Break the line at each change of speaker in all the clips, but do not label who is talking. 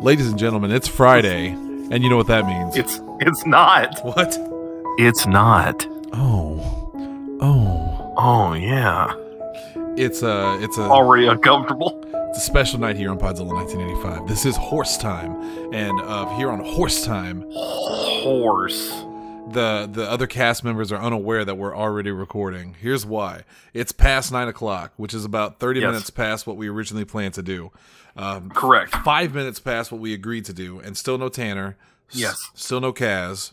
Ladies and gentlemen, it's Friday, and you know what that means.
It's it's not.
what?
It's not.
Oh. Oh.
Oh yeah.
It's a it's a
Already uncomfortable.
It's a special night here on Podzilla 1985. This is Horse Time, and uh, here on Horse Time,
Horse.
the the other cast members are unaware that we're already recording. Here's why: it's past nine o'clock, which is about 30
Yes.
minutes past what we originally planned to do. Um,
Correct.
five minutes past what we agreed to do, and still no Tanner. s-
Yes.
still no Kaz.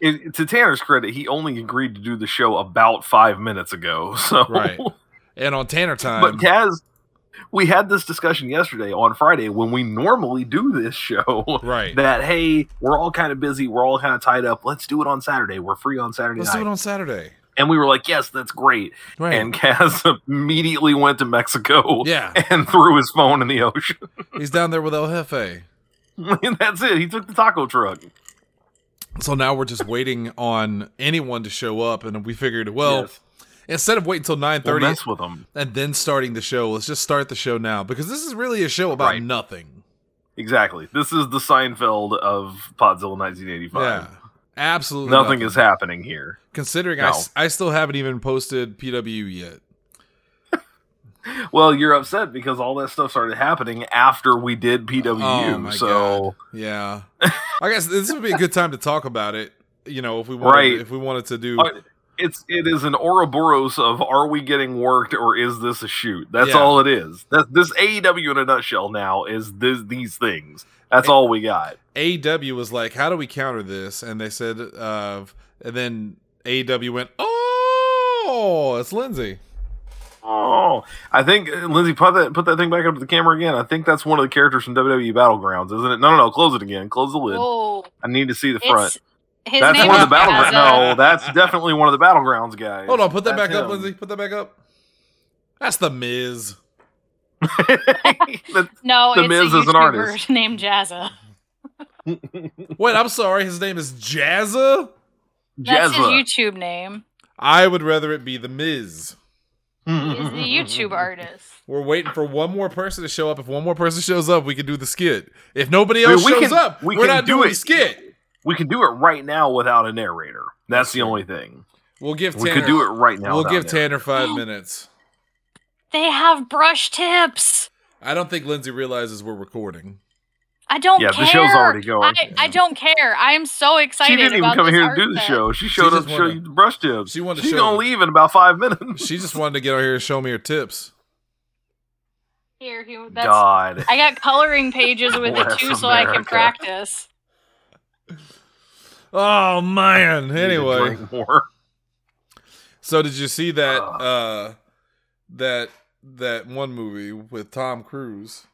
It, to Tanner's credit, he only agreed to do the show about five minutes ago. So
Right. Um, And on Tanner time,
but Kaz, we had this discussion yesterday on Friday when we normally do this show.
right?
That hey, we're all kind of busy, we're all kind of tied up. Let's do it on Saturday. We're free on Saturday
Let's
night,
do it on Saturday.
and we were like, yes, that's great.
Right.
And Kaz immediately went to Mexico
yeah,
and threw his phone in the ocean.
he's down there with El Jefe.
and that's it. He took the taco truck.
So now we're just waiting on anyone to show up, and we figured, well,
Yes.
instead of waiting until nine
We'll
thirty
mess with him.
and then starting the show, let's just start the show now because this is really a show about
Right.
nothing.
Exactly. This is the Seinfeld of Podzilla 1985.
Yeah, absolutely
Nothing is happening here.
Considering I,
No.
s- I still haven't even posted PW yet.
Well, you're upset because all that stuff started happening after we did PWU.
Oh, my
so
Yeah, I guess this would be a good time to talk about it. You know, if we wanted,
Right.
if we wanted to do,
Uh, it's it is an Ouroboros of are we getting worked or is this a shoot? That's
Yeah.
all it is. That this AEW in a nutshell now is this these things. That's
Hey.
all we got.
AW was like, how do we counter this? And they said, uh, and then AW went, oh, it's Lindsay. Um,
Oh, I think uh, Lindsay put that put that thing back up to the camera again. I think that's one of the characters from WWE Battlegrounds, isn't it? No, no, no. Close it again. Close the lid.
Whoa.
I need to see the front.
Oh, It's, his
that's
name
one of
is uh,
the battlegrounds.
Gaza.
No, that's definitely one of the battlegrounds guys.
Hold on, put that
That's
back up,
him.
Lindsay. Put that back up. That's the Miz.
That-
No,
The
it's
Miz
a
is an
YouTuber
artist.
named Jazza.
Wait, I'm sorry. His name is Jazza.
That's his
Jazza.
YouTube name.
I would rather it be the Miz.
He's
Mm-hmm,
a YouTube artist.
We're waiting for one more person to show up. If one more person shows up, we can do the skit. If nobody
Dude,
else
we
shows
can-
up,
we
we are
can
not
do
doing the
it.
skit.
We can do it right now without a narrator. That's the only thing.
We'll give Tanner,
We could do it right now.
We'll
without
give
a
Tanner
narrator.
five minutes.
They have brush tips.
I don't think Lindsay realizes we're recording.
I don't
Yeah,
care.
the show's already going.
I, I don't care. I am so excited.
She didn't even
about
come
this
here to
art
do the
set.
show. She showed up
just
to show
wanted-
you the brush tips.
she wanted to
She's
show
gonna
you-
leave in about five minutes.
She just wanted to get out here and show me her tips.
Here, he, that's,
God.
I got coloring pages with it
Bless
too, so I can
America.
practice.
Oh man.
Need to
Anyway,
drink more.
so did you see that
Ugh.
uh that that one movie with Tom Cruise?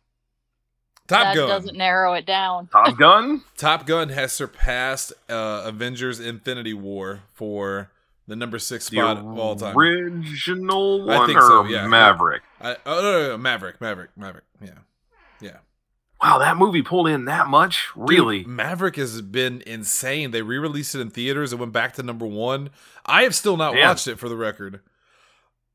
Top
that
Gun.
doesn't narrow it down.
Top Gun.
Top Gun has surpassed uh, Avengers: Infinity War for the number six
The
spot of all time.
original
I
one
think so,
or
yeah.
Maverick?
I, oh no, no, no, Maverick, Maverick, Maverick. Yeah,
Wow, that movie pulled in that much? Really?
Dude, Maverick has been insane. They re-released it in theaters. It went back to number one. I have still not
Damn.
watched it for the record.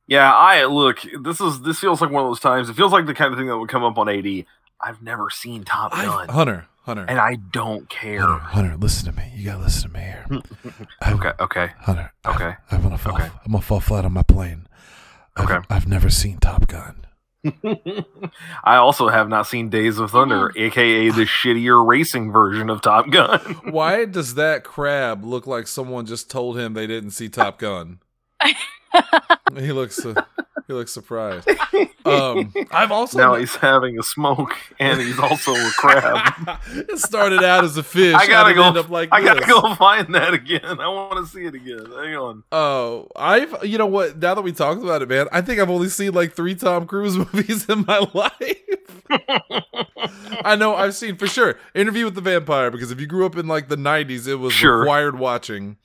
Yeah, I look, this is this feels like one of those times. It feels like the kind of thing that would come up on AD. I've never seen Top
I,
Gun.
Hunter, Hunter,
and I don't
Hunter,
care.
Hunter, listen to me. You gotta listen to me here.
Okay, okay.
Hunter, I-
Okay.
I'm gonna fall.
Okay.
I'm gonna fall flat on my plane. I've,
Okay.
I've never seen Top Gun.
I also have not seen Days of Thunder, aka the shittier racing version of Top Gun.
Why does that crab look like someone just told him they didn't see Top Gun? he looks uh, he looks surprised. Um, I've also
now he's having a smoke and he's also a crab.
it started out as a fish.
I gotta
how did it
go-
End up like
I gotta
this?
go find that again. I wanna see it again. Hang on.
Oh, I've you know what? Now that we talked about it, man, I think I've only seen like three Tom Cruise movies in my life. I know I've seen for sure Interview with the Vampire because if you grew up in like the '90s, it was
Sure.
required watching.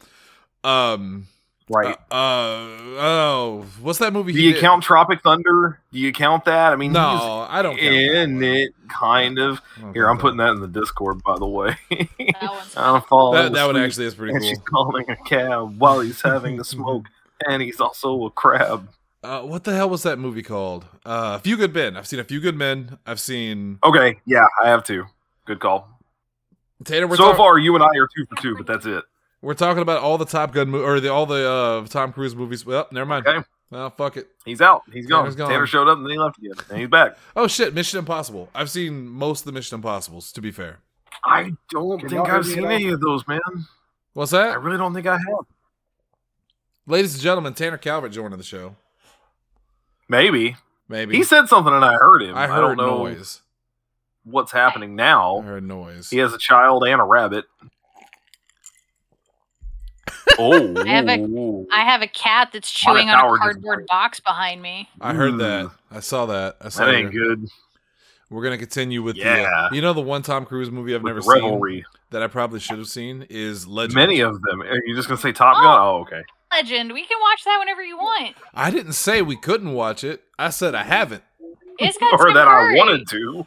Um,
Right.
uh, uh, oh, what's that movie?
Do
he
you
did?
count Tropic Thunder? Do you count that? I mean, he's
No, I don't.
in it, kind of. Here, I'm putting
that.
that in the Discord, by the way.
That one's
I'm falling
That, that one
asleep,
actually is pretty
and she's
cool.
calling a cab while he's having a smoke, and he's also a crab.
Uh, what the hell was that movie called? Uh, a Few Good Men. I've seen A Few Good Men. I've seen
Okay, yeah, I have to. Good call.
Tanner, we're
so
talk-
far, you and I are two for two, but that's it.
we're talking about all the Top Gun mo- or the all the uh, Tom Cruise movies. Well, never mind.
Okay.
Oh, fuck it.
He's out. He's gone.
Tanner's gone.
Tanner showed up and then he left again, and he's back.
Oh shit, Mission Impossible. I've seen most of the Mission Impossibles. To be fair,
I don't
Can
think
y'all
I've
hear me
seen
at all?
any of those, man.
what's
I
that?
really don't think I have.
Ladies and gentlemen, Tanner Calvert joining the show.
Maybe
Maybe
he said something and I heard him.
I
I,
heard
don't know
noise.
what's happening
I
now.
heard noise.
He has a child and a rabbit. Oh,
I have I have a cat that's
Lot of
chewing on
power
a
doesn't
cardboard
work.
box behind me.
I heard
Ooh.
that. I saw that. I saw
that ain't
your-
good.
We're gonna continue with
Yeah.
the. Uh, you know the one Tom Cruise movie I've
With
never
the revelry.
seen that I probably should have seen is Legend.
Many of them. Are you just gonna say Top Gun? Oh, okay.
Legend. We can watch that whenever you want.
I didn't say we couldn't watch it. I said I haven't.
It's got
or
Tim
that I
Curry.
wanted to.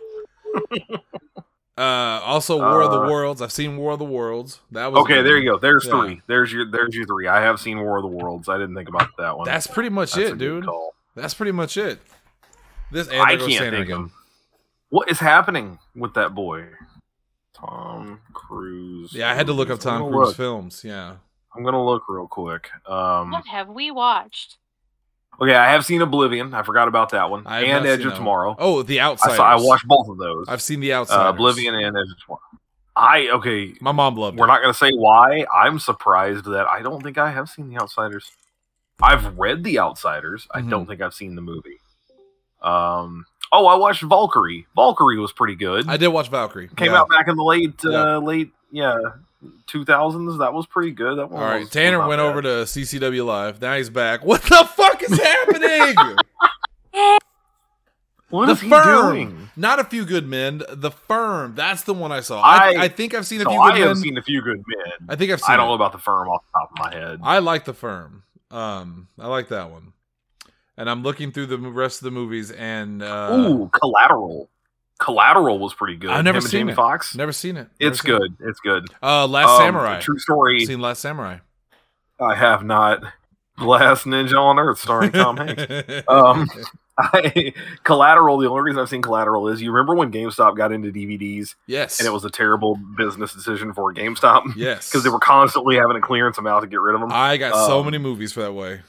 Uh, also, War of the
Uh,
Worlds. I've seen War of the Worlds. That was
Okay, there you go. There's
Yeah.
three. There's your there's your three. I have seen War of the Worlds. I didn't think about that one.
That's pretty much
That's a
it,
good
dude.
call.
That's pretty much it. This and
I
there goes
can't
Tanner
think
again.
of- What is happening with that boy? Tom Cruise.
Yeah, I had to look up
movies. I'm
Tom
gonna
Cruise
look.
films. Yeah,
I'm gonna look real quick. Um,
What have we watched?
okay, I have seen Oblivion. I forgot about that one.
I have
and
not
Edge
seen
of
that
Tomorrow.
one. Oh, The
I
Outsiders.
saw. I watched both of those.
I've seen The
uh,
Outsiders.
Oblivion and Edge of Tomorrow. I okay.
My mom loved
We're
it.
not going to say why. I'm surprised that I don't think I have seen The Outsiders. I've read The Outsiders. I
Mm-hmm.
don't think I've seen the movie. Um. Oh, I watched Valkyrie. Valkyrie was pretty good.
I did watch Valkyrie.
Came
Yeah.
out back in the late, uh,
Yeah.
late, yeah, two thousands. That was pretty good. That
All
one.
right, Tanner went over to CCW Live. Now he's back. What the fuck is happening?
what
the
is he
firm.
doing?
Not a few good men. The firm. That's the one I saw.
I-
I, I think I've seen a
So
few
I
good
have
men.
seen a few good men.
I think I've seen.
I don't
it.
know about the firm off the top of my head.
I like the firm. Um, I like that one. And I'm looking through the m- rest of the movies, and uh,
Ooh, Collateral. Collateral was pretty good.
I've never
Him and
seen
Jamie
it.
Fox.
never seen it. Never
It's
seen it.
good. It's good.
Uh, Last
Um,
Samurai.
True story.
Seen Last Samurai.
I have not. Last Ninja on Earth, starring Tom Hanks.
Uh,
Um, I, Collateral. The only reason I've seen Collateral is you remember when GameStop got into DVDs,
yes,
and it was a terrible business decision for GameStop
yes
because they were constantly having to clearance them out to get rid of them.
I got so
um,
many movies for that way.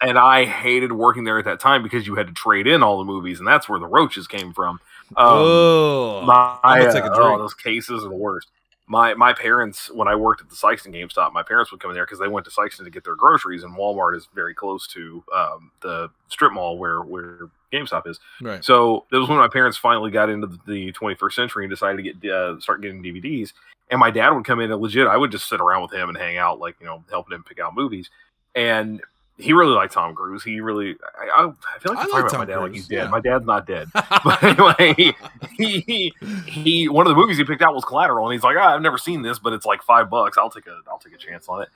and I hated working there at that time because you had to trade in all the movies, and that's where the roaches came from. Um,
oh,
my,
I'm gonna
uh,
take a
oh,
drink.
those cases are the worst. My my parents, when I worked at the Sykeston GameStop, my parents would come in there because they went to Sykeston to get their groceries, and Walmart is very close to um, the strip mall where where GameStop is.
right.
So that was when my parents finally got into the 21st century and decided to get uh, start getting DVDs. And my dad would come in and legit, I would just sit around with him and hang out, like you know, helping him pick out movies. And he really liked Tom Cruise. He really, I, I, I feel like
I
I'm talking
like
about
Tom
my dad like
Cruise,
he's dead.
yeah.
My dad's not dead. But anyway, he, he he one of the movies he picked out was Collateral, and he's like, ah, I've never seen this, but it's like five bucks. I'll take a I'll take a chance on it.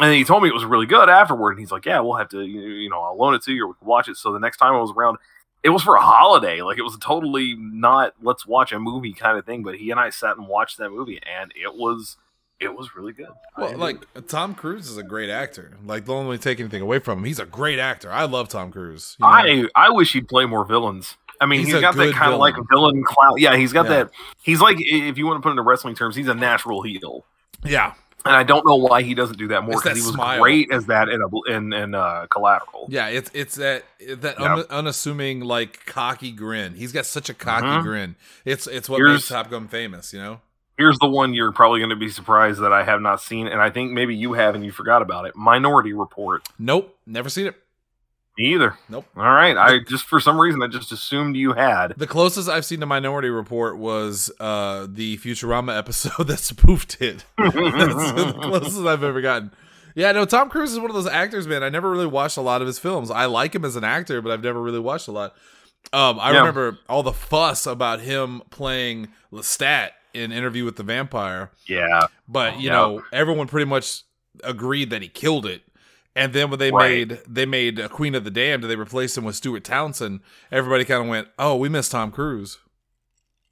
And then he told me it was really good afterward, and he's like, Yeah, we'll have to you you know I'll loan it to you or we can watch it. So the next time I was around, it was for a holiday, like it was totally not let's watch a movie kind of thing. But he and I sat and watched that movie, and it was it was really good. I
Well,
enjoyed it.
like Tom Cruise is a great actor. Like, don't let me take anything away from him. He's a great actor. I love Tom Cruise. you know?
I I wish he'd play more villains. I mean,
He's
he's
a
got that
good
kind of like
villain.
villain clown. Yeah, he's got
Yeah.
that. He's like if you want to put it into wrestling terms, he's a natural heel.
yeah,
and I don't know why he doesn't do that more
It's that
because he was
smile.
great as that in a, in, in uh, Collateral.
yeah. It's it's that that
Yeah.
un- unassuming like cocky grin. He's got such a cocky
Mhm.
grin. It's it's what
Here's-
makes Top Gun famous. You know.
Here's the one you're probably going to be surprised that I have not seen, and I think maybe you have and you forgot about it. Minority Report.
Nope, never seen it.
Me either.
Nope.
All right, I just for some reason I just assumed you had.
The closest I've seen to Minority Report was uh, the Futurama episode that spoofed it. That's the closest I've ever gotten. Yeah, no, Tom Cruise is one of those actors, man. I never really watched a lot of his films. I like him as an actor, but I've never really watched a lot. Um, I
Yeah.
remember all the fuss about him playing Lestat in Interview with the Vampire,
yeah,
but you
Yeah.
know, everyone pretty much agreed that he killed it. And then when they
Right.
made they made uh, Queen of the Damned, and they replaced him with Stuart Townsend. Everybody kind of went, "Oh, we missed Tom Cruise."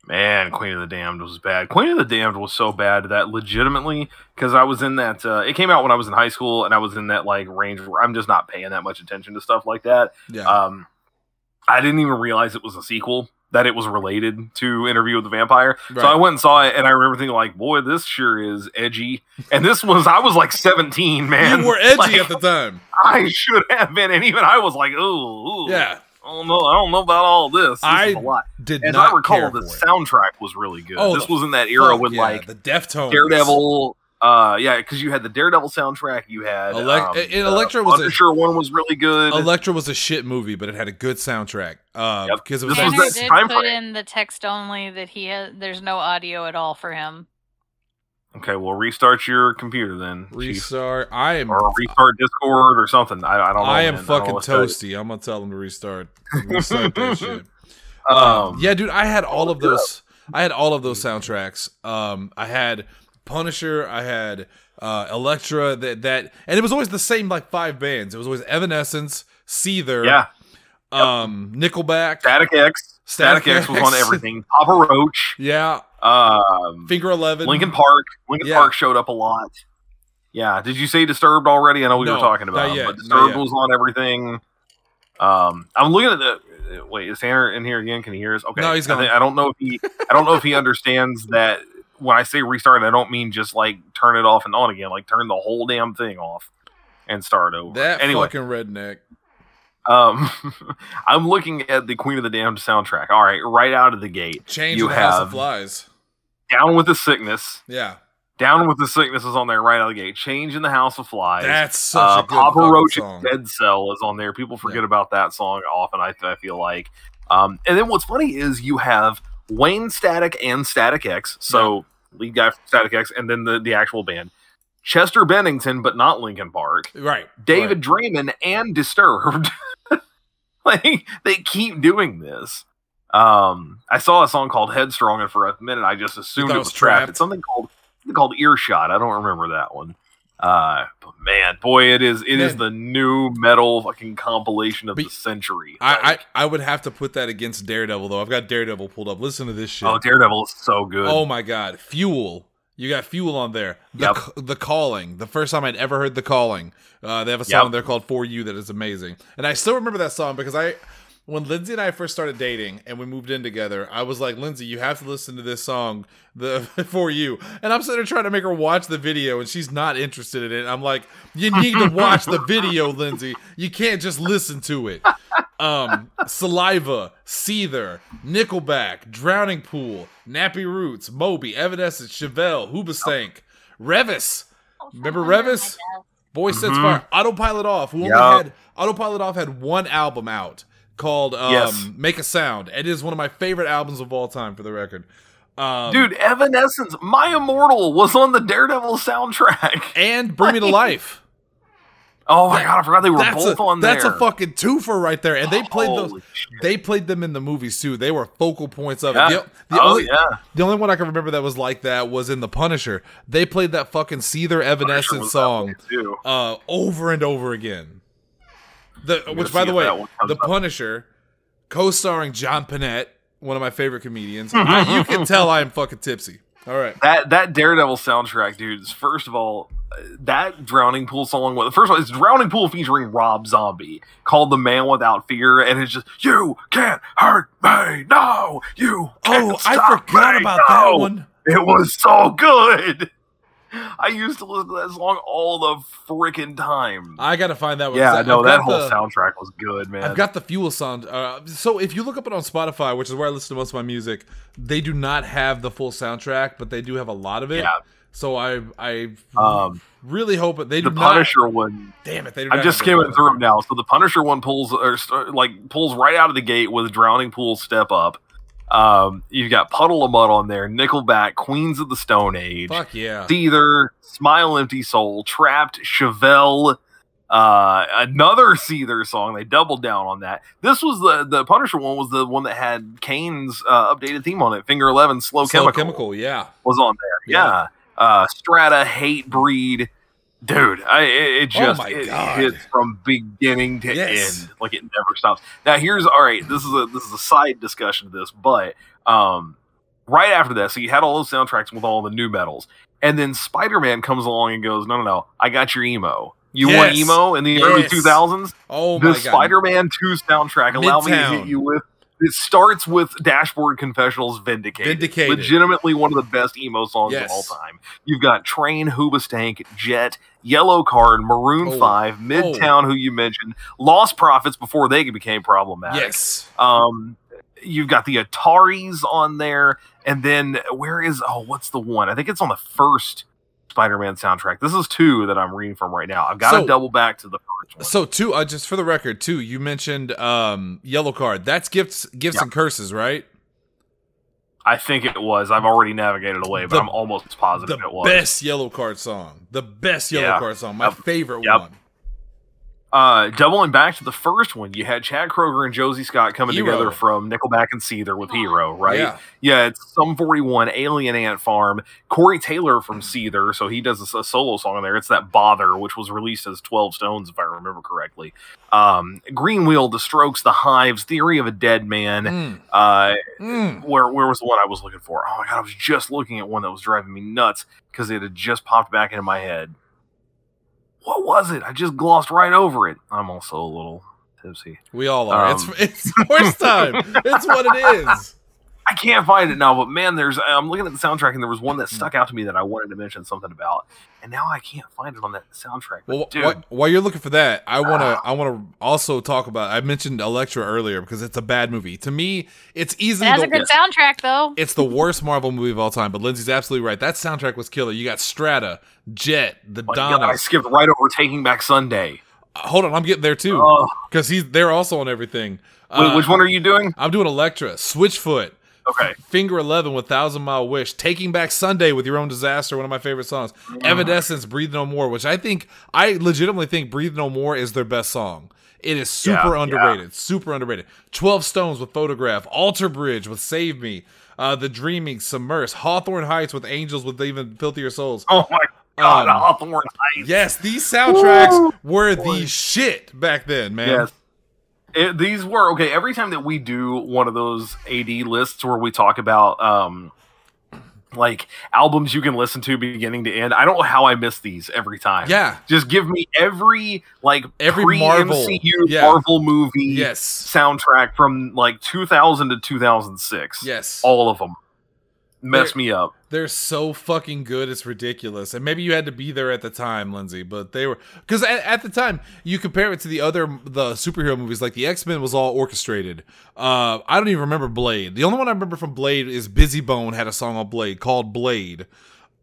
man, Queen of the Damned was bad. Queen of the Damned was so bad that legitimately because I was in that. Uh, it came out when I was in high school, and I was in that like range where I'm just not paying that much attention to stuff like that.
Yeah,
Um, I didn't even realize it was a sequel that it was related to Interview with the Vampire.
Right.
So I went and saw it, and I remember thinking, like, boy, this sure is edgy. And this was, I was like 17, man.
you were edgy
Like,
at the time.
I should have been. And even I was like, ooh, ooh,
Yeah,
I don't know. I don't know about all this. this
I
is a lot.
did
As
not
I recall,
care
the
for it.
soundtrack was really good.
Oh,
this
the
was in that era
Fuck
with
yeah,
like
the Deftones,
Daredevil. Uh, yeah, because you had the Daredevil soundtrack. You had
Elec-
um,
and
the
Elektra was a-
Punisher one was really good.
Electra was a shit movie, but it had a good soundtrack. Uh,
Yep.
because it was
This
like,
Tanner
was that
did
time
put
frame.
in the text only that he has. There's no audio at all for him.
okay, well, restart your computer then, Chief.
restart. I am,
or restart Discord or something. I, I don't know.
I am
man. don't know
fucking
what to tell you.
toasty. I'm gonna tell them to restart. Restart that shit.
Um,
yeah, dude, I had all of
look it up.
those. I had all of those soundtracks. Um, I had Punisher. I had uh, Elektra. That that, and it was always the same like five bands. It was always Evanescence, Seether,
yeah.
um, Nickelback,
Static X. Static,
Static
X was on
X.
everything. Papa Roach.
yeah,
Um,
Finger Eleven,
Lincoln Park. Lincoln
Yeah.
Park showed up a lot. Yeah. Did you say Disturbed already? I know we
No,
were talking
not
about, it,
yet, not
but Disturbed
yet.
was on everything. Um, I'm looking at the. uh, Wait, is Tanner in here again? Can he hear us? Okay.
No, he's
I,
gone.
think- I don't know if he. I don't know if he understands that when I say restart, I don't mean just like turn it off and on again. Like turn the whole damn thing off and start over.
That
anyway,
fucking redneck.
um, I'm looking at the Queen of the Damned soundtrack. All right, right out of the gate,
Change
You
of the House of
have-
Flies.
Down with the Sickness.
Yeah,
Down with the Sickness is on there right out of the gate. Change in the House of Flies.
that's such a
uh,
good
Papa
fucking
Roach
song.
and Dead Cell is on there. People forget about that song often. I, I feel like, um, and then what's funny is you have Wayne Static and Static X, so lead guy from Static X, and then the the actual band, Chester Bennington, but not Linkin Park,
Right,
David Draymond, and Disturbed. like they keep doing this. Um, I saw a song called Headstrong, and for a minute I just assumed
thought
it
it
was
was
trapped.
Trapped.
It's something called something called Earshot. I don't remember that one. Uh, but man, boy, it is it is
Man.
the new metal fucking compilation of
But
the century.
I,
Like,
I I would have to put that against Daredevil though. I've got Daredevil pulled up. Listen to this shit.
oh, Daredevil is so good.
Oh my god, Fuel. You got Fuel on there. The,
Yep.
c- the Calling. The first time I'd ever heard The Calling. Uh, they have a song there called For You that is amazing. And I still remember that song because I when Lindsay and I first started dating and we moved in together, I was like, Lindsay, you have to listen to this song, the For You. And I'm sitting there trying to make her watch the video and she's not interested in it. I'm like, you need to watch the video, Lindsay. You can't just listen to it um, Saliva, Seether, Nickelback, Drowning Pool, Nappy Roots, Moby, Evanescence, Chevelle, Hoobastank, Revis, Remember Revis? Boy Sets
Mhm.
Fire, Autopilot Off. Who
Yup.
only had Autopilot Off had one album out called um,
Yes.
Make a Sound. It is one of my favorite albums of all time, for the record. Um,
Dude, Evanescence, My Immortal was on the Daredevil soundtrack.
and Bring Me to Life.
Oh my god, I forgot they were
That's
both
a,
on there.
that's a fucking twofer right there. And they played
Holy
those.
shit.
They played them in the movies too. They were focal points of
Yeah.
it. The, the
oh
only,
yeah.
The only one I can remember that was like that was in The Punisher. They played that fucking Seether
Punisher
Evanescence
was
song
that way, too.
uh, over and over again. The
gonna
which, by the
see if
way,
that one comes
The
up.
Punisher, co-starring John Panette, one of my favorite comedians. I, you can tell I am fucking tipsy. All right,
That that Daredevil soundtrack, dude. is, First of all, uh, that Drowning Pool song. Well, the first one is Drowning Pool featuring Rob Zombie, called "The Man Without Fear," and it's just you can't hurt me. No, you. Can't
Oh, I
stop
forgot
me,
about that
no."
one.
It was so good. I used to listen to that song all the freaking time.
I gotta find that one.
yeah,
I've
no,
got
that whole
the-
soundtrack was good, man.
I've got the fuel sound. Uh, so if you look up it on Spotify, which is where I listen to most of my music, they do not have the full soundtrack, but they do have a lot of it.
Yeah.
So I I
um,
really hope it. They
the
do not.
Punisher one.
Damn it! They do
I'm
not
just
have the full
skimming through them
soundtrack.
now. So the Punisher one pulls or st- like pulls right out of the gate with Drowning Pool Step Up. Um, you've got Puddle of Mud on there, Nickelback, Queens of the Stone Age,
Fuck yeah!
Seether, Smile Empty Soul, Trapped, Chevelle, uh, another Seether song. They doubled down on that. This was the the Punisher one was the one that had Kane's uh, updated theme on it. Finger Eleven, Slow,
Slow
Chemical,
chemical, yeah.
was on there. Yeah, Uh, Strata, Hate Breed, dude. I, it, it
Oh
just
my
it
God.
hits from beginning to
Yes.
end, like it never stops. Now here's all right. This is a this is a side discussion of this, but um, right after that, so you had all those soundtracks with all the new metals, and then Spider Man comes along and goes, no, no, no, I got your emo. You want
Yes.
emo in the early
Yes.
2000s?
Oh
the
my god!
Spider Man 2 soundtrack. Allow me to
Midtown.
hit you with It starts with Dashboard Confessionals Vindicated.
Vindicated.
Legitimately one of the best emo songs
Yes.
of all time. You've got Train, Hoobastank, Jet, Yellow Card, Maroon
Oh.
5, Midtown, who you mentioned, Lost Prophets before they became problematic.
Yes.
Um, you've got the Ataris on there, and then where is oh, what's the one? I think it's on the first Spider-Man soundtrack. This is two that I'm reading from right now. I've got
So-
to double back to the first one.
So two, uh, just for the record, two. You mentioned um, yellow card. That's gifts, gifts
Yeah.
and curses, right?
I think it was. I've already navigated away, but
The-
I'm almost positive
the
it was.
best yellow card song. The best yellow
Yeah.
card song. My
Yep.
favorite
Yep.
one.
Uh, doubling back to the first one, you had Chad Kroger and Josie Scott coming
Hero.
together from Nickelback and Seether with Hero, right?
Yeah.
Yeah, it's some 41 Alien Ant Farm. Corey Taylor from Seether, so he does a, a solo song on there. It's that Bother, which was released as 12 Stones, if I remember correctly. Um, Green Wheel, The Strokes, The Hives, Theory of a Dead Man.
Mm,
Uh,
mm.
where where was the one I was looking for? Oh my god, I was just looking at one that was driving me nuts because it had just popped back into my head. What was it? I just glossed right over it. I'm also a little tipsy.
We all are.
Um.
It's it's horse time. it's what it is.
I can't find it now, but man, there's I'm looking at the soundtrack and there was one that stuck out to me that I wanted to mention something about, and now I can't find it on that soundtrack. But
Well, wh-
dude,
wh- while you're looking for that, I wanna I wanna also talk about. I mentioned Elektra earlier because it's a bad movie. To me, it's
It
easily
has
the-
a good soundtrack though.
it's the worst Marvel movie of all time. But Lindsay's absolutely right. That soundtrack was killer. You got Strata, Jet, the
Oh my God, I
Donnas.
skipped right over Taking Back Sunday.
Hold on, I'm getting there too
Oh,
because he's they're also on everything.
wh-
Uh,
which one are you doing?
I'm doing Elektra, Switchfoot,
Okay,
Finger Eleven with Thousand Mile Wish, Taking Back Sunday with Your Own Disaster, one of my favorite songs. Evanescence, Breathe No More, which I think I legitimately think Breathe No More is their best song. It is super
Yeah,
underrated, super underrated. Twelve Stones with Photograph, Alter Bridge with Save Me, uh, The Dreaming, Submerse, Hawthorne Heights with Angels with Even Filthier Souls.
oh my God,
Um,
Hawthorne Heights.
Yes, these soundtracks
Woo!
were
Boy.
the shit back then, man.
Yes. It, these were okay. Every time that we do one of those AD lists where we talk about um like albums you can listen to beginning to end, I don't know how I miss these every time.
Yeah.
Just give me every like
Every
pre-
Marvel.
MCU
Yeah.
Marvel movie
Yes.
soundtrack from like 2000 to 2006.
Yes.
All of them mess
There-
me up.
They're so fucking good, it's ridiculous. And maybe you had to be there at the time, Lindsay, but they were because at, at the time you compare it to the other the superhero movies, like the X Men was all orchestrated. Uh, I don't even remember Blade. The only one I remember from Blade is Busy Bone had a song on Blade called Blade.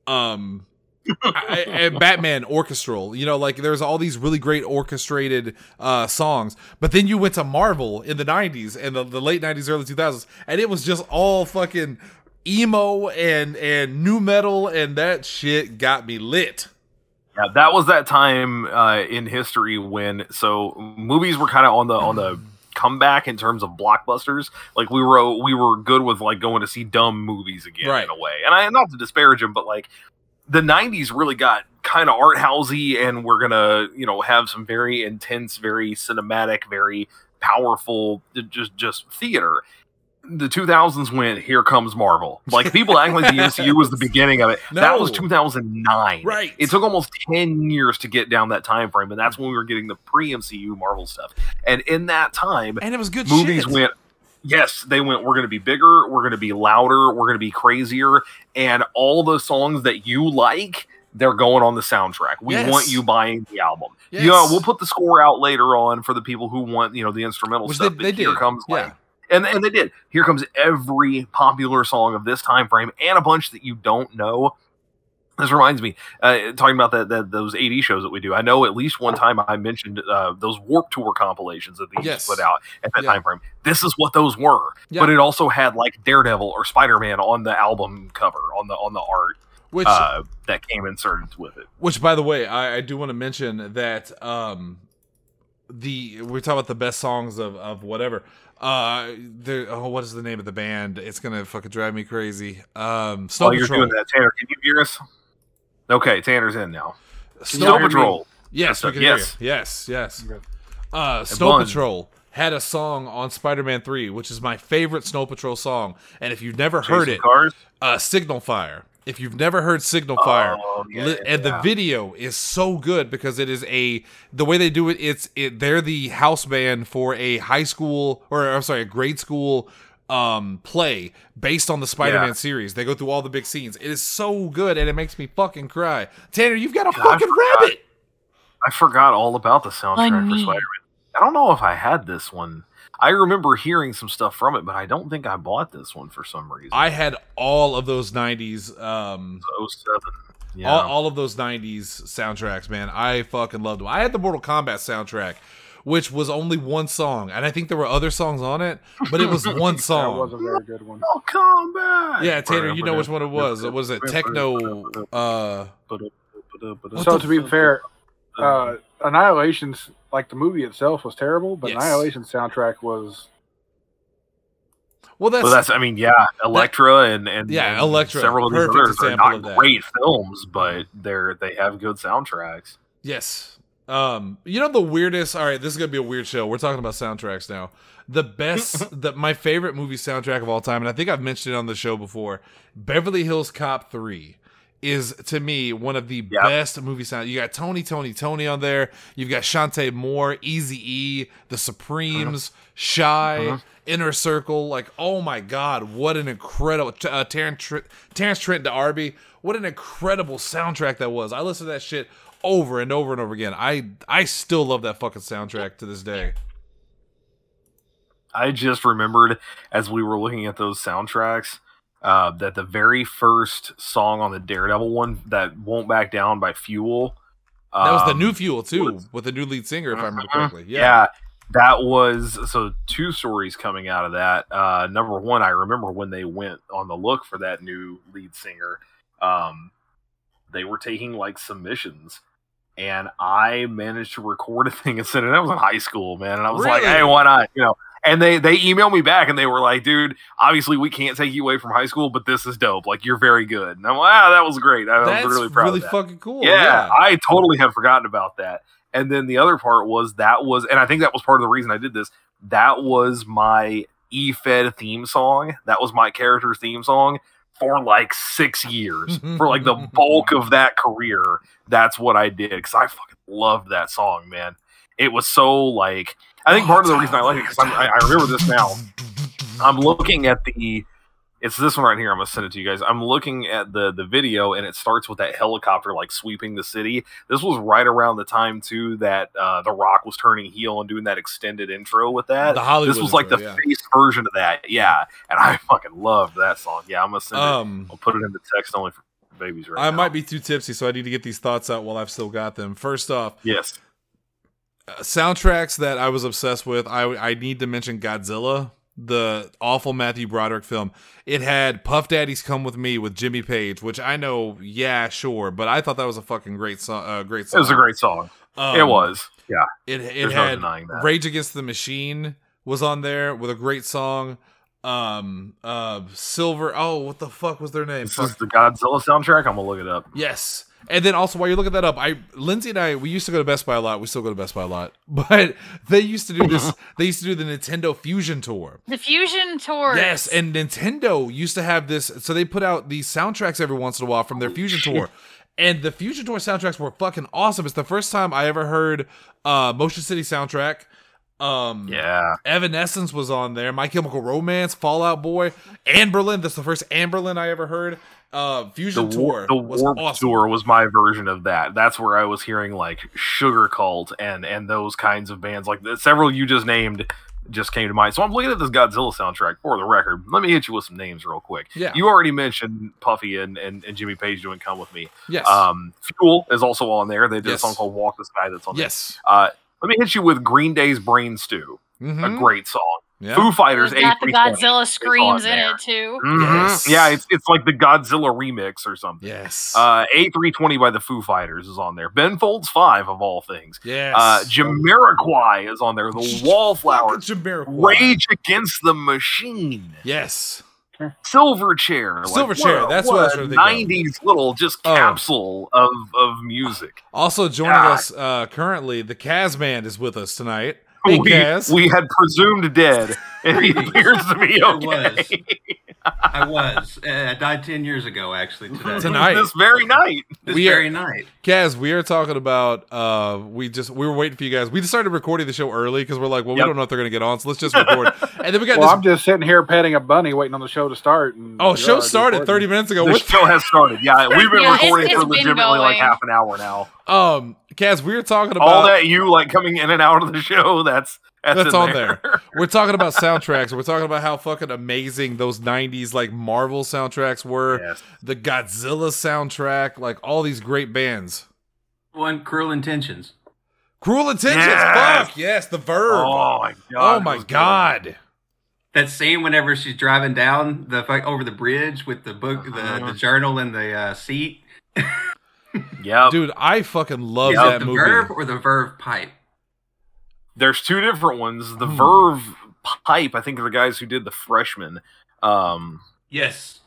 Um, I- I- and Batman orchestral. You know, like there's all these really great orchestrated uh, songs. But then you went to Marvel in the '90s and the, the late '90s, early 2000s, and it was just all fucking emo and and new metal, and that shit got me lit.
Yeah, that was that time uh, in history when so movies were kind of on the on the comeback in terms of blockbusters. Like we were we were good with like going to see dumb movies again
Right.
in a way. And I not to disparage them, but like the '90s really got kind of art housey, and we're gonna you know have some very intense, very cinematic, very powerful just just theater. The 2000s went here comes Marvel. Like people act like the MCU was the beginning of it. That was
No.
2009.
Right.
It took almost 10 years to get down that time frame, and that's when we were getting the pre-MCU Marvel stuff. And in that time,
And it was good.
movies
shit.
went yes, they went we're going to be bigger, we're going to be louder, we're going to be crazier, and all the songs that you like they're going on the soundtrack. We
Yes.
want you buying the album.
Yes.
Yeah, we'll put the score out later on for the people who want, you know, the instrumental
Which they,
stuff. but
they
here
did.
comes like
yeah.
and and they did. Here comes every popular song of this time frame, and a bunch that you don't know. This reminds me, uh, talking about that, that those AD shows that we do. I know at least one time I mentioned uh, those Warp Tour compilations that they used
Yes.
to put out at that
Yeah.
time frame. This is what those were,
Yeah.
but it also had like Daredevil or Spider Man on the album cover on the on the art
Which
uh, that came inserted with it.
Which, by the way, I, I do want to mention that um, the we're talking about the best songs of of whatever. Uh, there. Oh, what is the name of the band? It's gonna fucking drive me crazy. Um, Snow
While Oh, you're
Patrol.
doing that, Tanner, can you hear us? Okay, Tanner's in now.
Snow,
Snow
Patrol.
Patrol.
Yes, we
Yes,
can
yes.
hear you. Yes, yes.
Okay.
Uh, Snow
Bun.
Patrol had a song on Spider-Man Three, which is my favorite Snow Patrol song. And if you've never heard
Jason
it,
Cars.
uh, Signal Fire. If you've never heard Signal Fire,
Oh, yeah,
Li-
yeah,
and the
yeah.
video is so good because it is a the way they do it it's it they're the house band for a high school or I'm sorry a grade school um play based on the Spider-Man
Yeah.
series they go through all the big scenes it is so good and it makes me fucking cry Tanner you've got a
Yeah, I
fucking
forgot.
rabbit
I forgot all about the soundtrack for
Funny.
Spider-Man. I don't know if I had this one. I remember hearing some stuff from it, but I don't think I bought this one for some reason.
I had all of those 90s um
Oh seven. Yeah.
all, all of those 90s soundtracks man i fucking loved them i had the mortal kombat soundtrack which was only one song and i think there were other songs on it but it was one
That
song
was a very good one.
Mortal Kombat.
yeah tanner you know which one it was it was a techno uh What
so
the
to be fair, uh, Annihilation's like the movie itself was terrible, but
Yes.
Annihilation's soundtrack was
well that's,
well, that's I mean, yeah, Elektra and and
Yeah,
and
Elektra,
Several of these
perfect
others are
example
not
of that.
great films, but they're they have good soundtracks.
yes um you know the weirdest all right this is gonna be a weird show we're talking about soundtracks now the best that my favorite movie soundtrack of all time and i think i've mentioned it on the show before beverly hills cop 3 is to me one of the
Yeah.
best movie sound. You got Tony, Tony, Tony on there. You've got Shantae Moore, Easy E, The Supremes, Shy,
Mhm.
Inner Circle. Like, oh my God, what an incredible uh, Terrence, Tr- Terrence Trent d'Arby. What an incredible soundtrack that was. I listened to that shit over and over and over again. I I still love that fucking soundtrack to this day.
I just remembered as we were looking at those soundtracks uh, that the very first song on the Daredevil one, that "Won't Back Down" by Fuel,
That was the
um,
new Fuel too, with the new lead singer, if I remember
Mhm.
correctly.
yeah.
Yeah,
that was so two stories coming out of that uh number one i remember when they went on the look for that new lead singer um they were taking like submissions and i managed to record a thing and send it i was in high school man and i was like
Really?
hey why not you know and they they emailed me back and they were like dude obviously we can't take you away from high school but this is dope like you're very good and i'm like ah that was great i
that's
was
really,
really proud of that.
fucking cool.
Yeah, I totally had forgotten about that. And then the other part was that was, and I think that was part of the reason I did this. That was my E Fed theme song. That was my character's theme song for like six years. for like the bulk of that career, that's what I did because I fucking loved that song, man. It was so like, I think part of the reason I like it because I, I remember this now. I'm looking at the. It's this one right here. I'm gonna send it to you guys. I'm looking at the the video, and it starts with that helicopter like sweeping the city. This was right around the time too that uh, The Rock was turning heel and doing that extended intro with that.
The Hollywood
this was like
intro,
the
yeah.
face version of that, yeah. And I fucking loved that song. Yeah, I'm gonna send it.
Um,
I'll put it in the text only for babies right
I
now.
might be too tipsy, so I need to get these thoughts out while I've still got them. First off,
Yes.
uh, soundtracks that I was obsessed with. I I need to mention Godzilla, the awful Matthew Broderick film. It had Puff Daddy's "Come with Me" with Jimmy Page, which I know, yeah, sure, but I thought that was a fucking great song. Uh, great
It
song.
was a great song.
Um,
it was. Yeah.
It it
There's no
had
denying that.
Rage Against the Machine was on there with a great song. Um, uh, Silver. Oh, what the fuck was their name?
This
Fuck.
is the Godzilla soundtrack. I'm gonna look it up.
Yes. And then also while you're looking that up, I Lindsay and I we used to go to Best Buy a lot. We still go to Best Buy a lot, but they used to do this. they used to do the Nintendo Fusion Tour.
The Fusion Tour.
Yes, and Nintendo used to have this. So they put out these soundtracks every once in a while from their Fusion Tour. And the Fusion Tour soundtracks were fucking awesome. It's the first time I ever heard uh Motion City soundtrack. Um
Yeah.
Evanescence was on there. My Chemical Romance, Fallout Boy, Anne Berlin. That's the first Anne Berlin I ever heard. Uh
The,
Fusion Tour
war, the
was
Warped
awesome.
Tour was my version of that. That's where I was hearing like Sugar Cult and and those kinds of bands. Like the, several you just named just came to mind. So I'm looking at this Godzilla soundtrack for the record. Let me hit you with some names real quick.
Yeah.
You already mentioned Puffy and, and, and Jimmy Page doing Come With Me.
yes.
Um, Fuel is also on there. They did
Yes.
a song called Walk the Sky that's on there.
yes.
Uh, let me hit you with Green Day's Brain Stew,
Mhm.
a great song.
Yeah.
Foo Fighters,
It's got Oh, the
A320.
Godzilla screams in
there.
it too.
Mhm.
Yes.
Yeah, it's it's like the Godzilla remix or something.
Yes.
Uh, A320 by the Foo Fighters is on there. Ben Folds Five of all things.
yes.
Uh, Jamiroquai is on there. The
Fucking
Wallflowers,
Jamiroquai.
Rage Against the Machine,
Yes.
Silverchair, like,
Silverchair,
what a-
that's what I was trying to think of.
Nineties little just
Oh.
capsule of of music.
Also joining
God.
us uh, currently, the Kazman is with us tonight. Hey,
we,
Cass.
we had presumed dead, and he
Greetings.
appears to be
I
okay.
was. I was. Uh, I died 10 years ago, actually, today.
Tonight.
this very night.
This
We are-
very night.
Kaz, we are talking about. Uh, we just we were waiting for you guys. We just started recording the show early because we're like, well,
Yep.
we don't know if they're gonna get on, so let's just record. and then we got
Well, I'm
this.
just sitting here petting a bunny, waiting on the show to start. And
oh,
you're
show
already
started 30
recording.
minutes ago.
The
What
show has started. Yeah, we've been
Yeah, it's-
recording
it's
for
been
legitimately like
going.
half an hour now.
Um, Kaz, we were talking about
All that you like coming in and out of the show. That's that's,
That's
in
on we're talking about soundtracks. We're talking about how fucking amazing those '90s like Marvel soundtracks were,
Yes.
the Godzilla soundtrack, like all these great bands.
One, Cruel Intentions.
Cruel Intentions,
Yes.
fuck yes, the verb.
Oh my god!
Oh
it
my
was good.
god.
That scene whenever she's driving down the fu- over the bridge with the book, the,
Uh-huh.
the journal, and the uh, seat.
Yep.
Dude, I fucking love
Yeah.
that
the
movie.
verb or the verb pipe?
There's two different ones. The
Hmm.
Verve Pipe, I think, are the guys who did the Freshman, um,
Yes.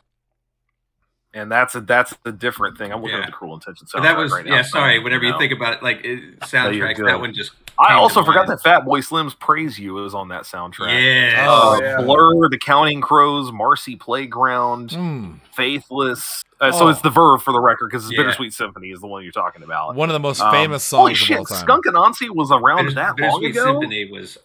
and that's a that's a different thing. I'm looking
Yeah.
at the Cruel Intentions
But
soundtrack
that was
right now.
yeah. Sorry, whenever you
know.
think about it, like it,
you're
soundtracks,
good.
that one just.
I
came
also
to
forgot
mind.
that Fat Boy Slim's "Praise You" is on that soundtrack.
Yes.
Oh,
Uh,
yeah.
Blur, The Counting Crows, Marcy Playground,
Mm.
Faithless. Uh, So
Oh.
it's the Verve for the record because it's
Yeah.
Bittersweet Symphony is the one you're talking about.
One of the most
Um,
famous
Holy
songs
shit!
of all time.
Skunk Anansi was around
Bitters-
that long
Bittersweet
ago.
Symphony was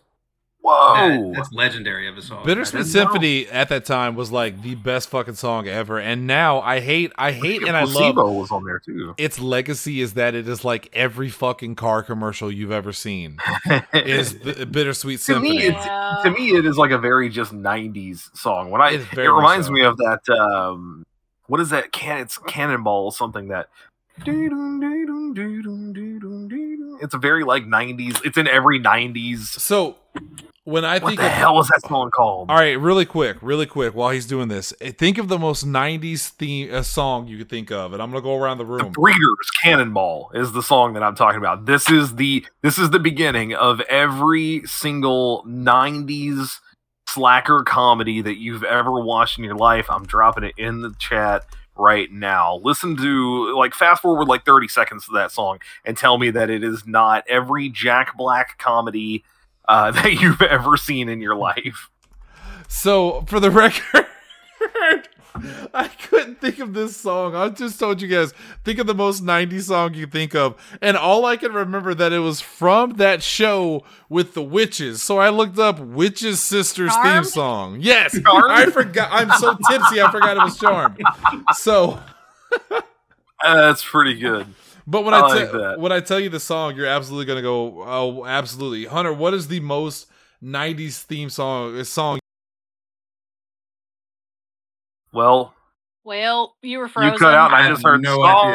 Oh.
that-
Whoa!
that's legendary of a song. I
Bittersweet
didn't-
Symphony at that time was like the best fucking song ever, and now I hate, I hate, and I love.
Placebo was on there too.
Its legacy is that it is like every fucking car commercial you've ever seen is the Bittersweet
To me,
Symphony.
it's- to me it is like a very just 90s song when i
It is
it,
very much
reminds
so.
me of that um what is that can it's cannonball or something that it's a very like 90s it's in every 90s
so when I
what
think
the
of
hell is that song called
All right, really quick, really quick. While he's doing this, eh, think of the most '90s theme uh, song you could think of, and I'm gonna go around the
the
room.
breeders cannonball is the song that i'm talking about this is the this is the beginning of every single 90s slacker comedy that you've ever watched in your life i'm dropping it in the chat right now listen to like fast forward like 30 seconds to that song and tell me that it is not every jack black comedy uh, that you've ever seen in your life
So, for the record, I couldn't think of this song. I just told you guys, think of the most 90s song you think of. And all I can remember that it was from that show with the witches. So I looked up Witches Sisters theme
Charmed?
song. Yes.
Charmed?
I forgot. I'm so tipsy. I forgot it was Charmed. So,
Uh, that's pretty good
but when
I
I,
like
te-
that.
when I tell you the song, you're absolutely going to go, oh, absolutely. Hunter, what is the most 90s theme song song
well
Well, you were frozen.
you cut out and i
have
just heard
no
song.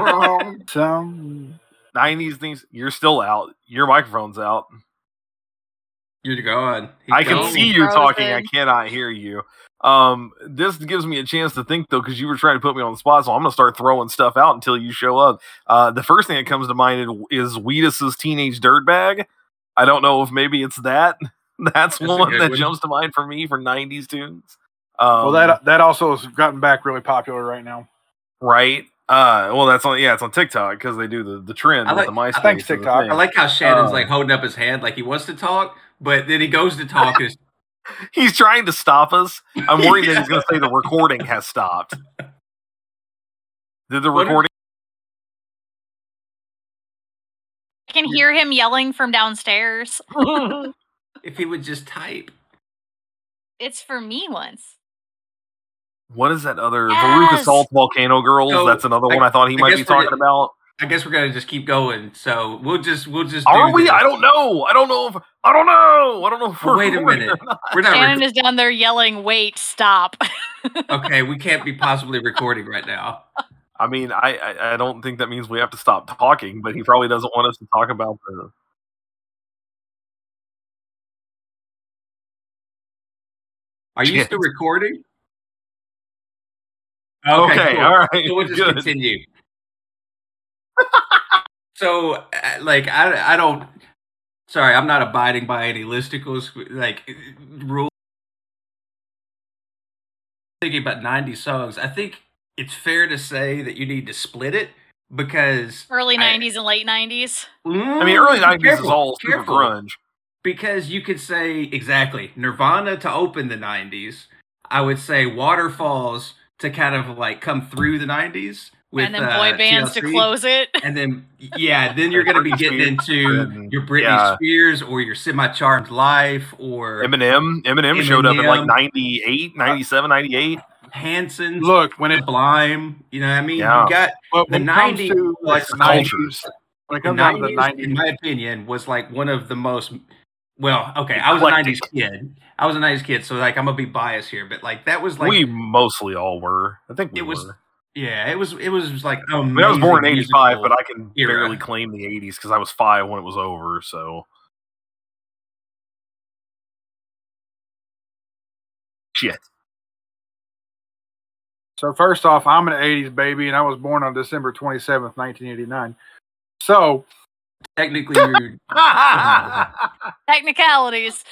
Wrong song.
90s things you're still out your microphone's out
You're gone. He
i can
Don't
gone.
see you
frozen.
talking i cannot hear you um this gives me a chance to think though because you were trying to put me on the spot so i'm gonna start throwing stuff out until you show up uh the first thing that comes to mind is Wheatus's teenage dirtbag i don't know if maybe it's that that's,
a
one
good
that
one.
jumps to mind for me for 90s tunes um
Well,
uh,
that that also has gotten back really popular right now.
right uh well that's on yeah it's on tiktok because they do the the trend
I
with
like-
the MySpace
Thanks,
and the
TikTok.
thing.
I like how Shannon's
Uh,
like holding up his hand like he wants to talk, but then he goes to talk. and it's-
he's trying to stop us. I'm worried that he's going to say the recording has stopped. Did the
What-
recording?
I can hear him yelling from downstairs.
if he would just type.
It's for me once.
What is that other Veruca
Yes!
Salt Volcano Girls?
So,
That's another
I-
one I thought he
I
might
guess
be
we're
talking
gonna-
about.
I guess we're gonna just keep going. So we'll just we'll just.
Are
do
we?
this.
I don't know. I don't know if I don't know. I don't know if
Well,
we're
wait a
recording
minute.
or not.
We're not.
Shannon
rec-
is down there yelling, "Wait, stop!"
okay, we can't be possibly recording right now.
I mean, I, I I don't think that means we have to stop talking, but he probably doesn't want us to talk about the.
Are you
Yes.
still recording?
Okay,
cool.
all right,
So we'll just
good.
continue. so, uh, like, I, I don't. Sorry, I'm not abiding by any listicles, like rule. Thinking about 90 songs, I think it's fair to say that you need to split it because
Early
I-
'90s and late '90s.
I mean, early
Mm,
nineties is
careful,
all super
careful.
grunge.
because you could say exactly Nirvana to open the 90s. I would say Waterfalls to kind of like come through the 90s with
and then
uh,
boy bands to
TLC.
close it.
And then yeah, then you're going to be getting into your Britney
Yeah.
Spears or your semi charmed life or
Eminem, Eminem, showed up in like
Eminem.
98, 97, 98.
Hanson,
Look, when it
Blime. You know what I mean?
Yeah.
You got
but
the
when it comes
90s
to like the
was culture.
nineties, when it
the
comes down to the
90s, in
nineties,
my opinion, was like one of the most. Well, okay, I was a
Eclectic.
'90s kid. I was a '90s kid, so like I'm gonna be biased here, but like that was like
we mostly all were. I think we
It was-
were.
Yeah, it was it was like
I, mean, I was born in
amazing
85,
musical.
but I can
era.
barely claim the 80s because I was five when it was over. So. Shit.
So first off, I'm an '80s baby, and I was born on December 27th, 1989. So
technically you're
Technicalities.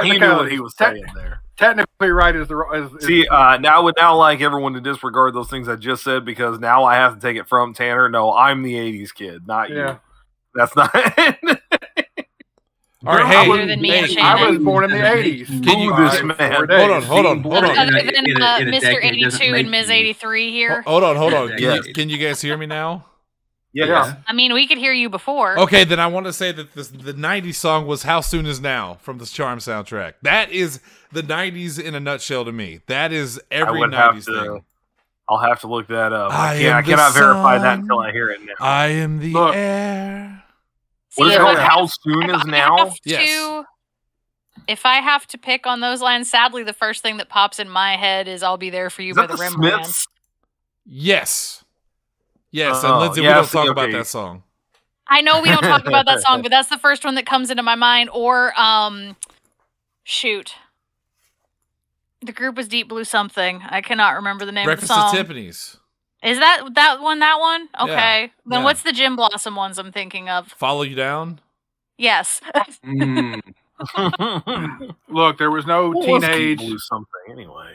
he knew what he was
technically-
saying there.
technically right is the is, is
See, uh, now I would now like everyone to disregard those things I just said because now I have to take it from Tanner. No, I'm the 80s kid, not
Yeah.
you. That's not.
All right,
I
hey,
was-
Other than me
hey,
and Shannon.
I was born in the '80s.
Did you-
Five,
this man.
four days.
hold on, hold on, hold
Hold
on.
on.
Other than
In a-
uh,
in a
Mr.
decade doesn't
82 and
make
Ms.
you-
83 here.
Hold on, hold on. Can,
Yeah.
you, can you guys hear me now?
yeah.
I mean, we could hear you before.
oh. Okay, then I want to say that this, the 90s song was How Soon Is Now from the Charm soundtrack. That is the 90s in a nutshell to me. That is every
would have
90s
to-
thing.
I'll have to look that up.
I
I, can't,
am
I cannot
the
verify that
sun.
until I hear it now.
I am the
Look.
air.
See,
what is it
if
called?
I-
How soon
if
is
I
now?
have
Yes.
to- if I have to pick on those lines, sadly, the first thing that pops in my head is "I'll be there for you"
Is
by
that
the
the
Rembrandts.
Smiths?
Yes. Yes,
Oh,
and Lindsay,
yeah,
we don't
see,
talk about
okay.
that song.
I know we don't talk about that song, but that's the first one that comes into my mind. Or, um, shoot, the group was Deep Blue something. I cannot remember the name
Breakfast
of the
at
song.
Tiffany's.
Is that that one? That one? Okay. Then
yeah.
what's the Jim Blossom ones I'm thinking of?
Follow You Down.
Yes.
Mm,
Look, there was no
What was Key
teenage.
Blue something anyway.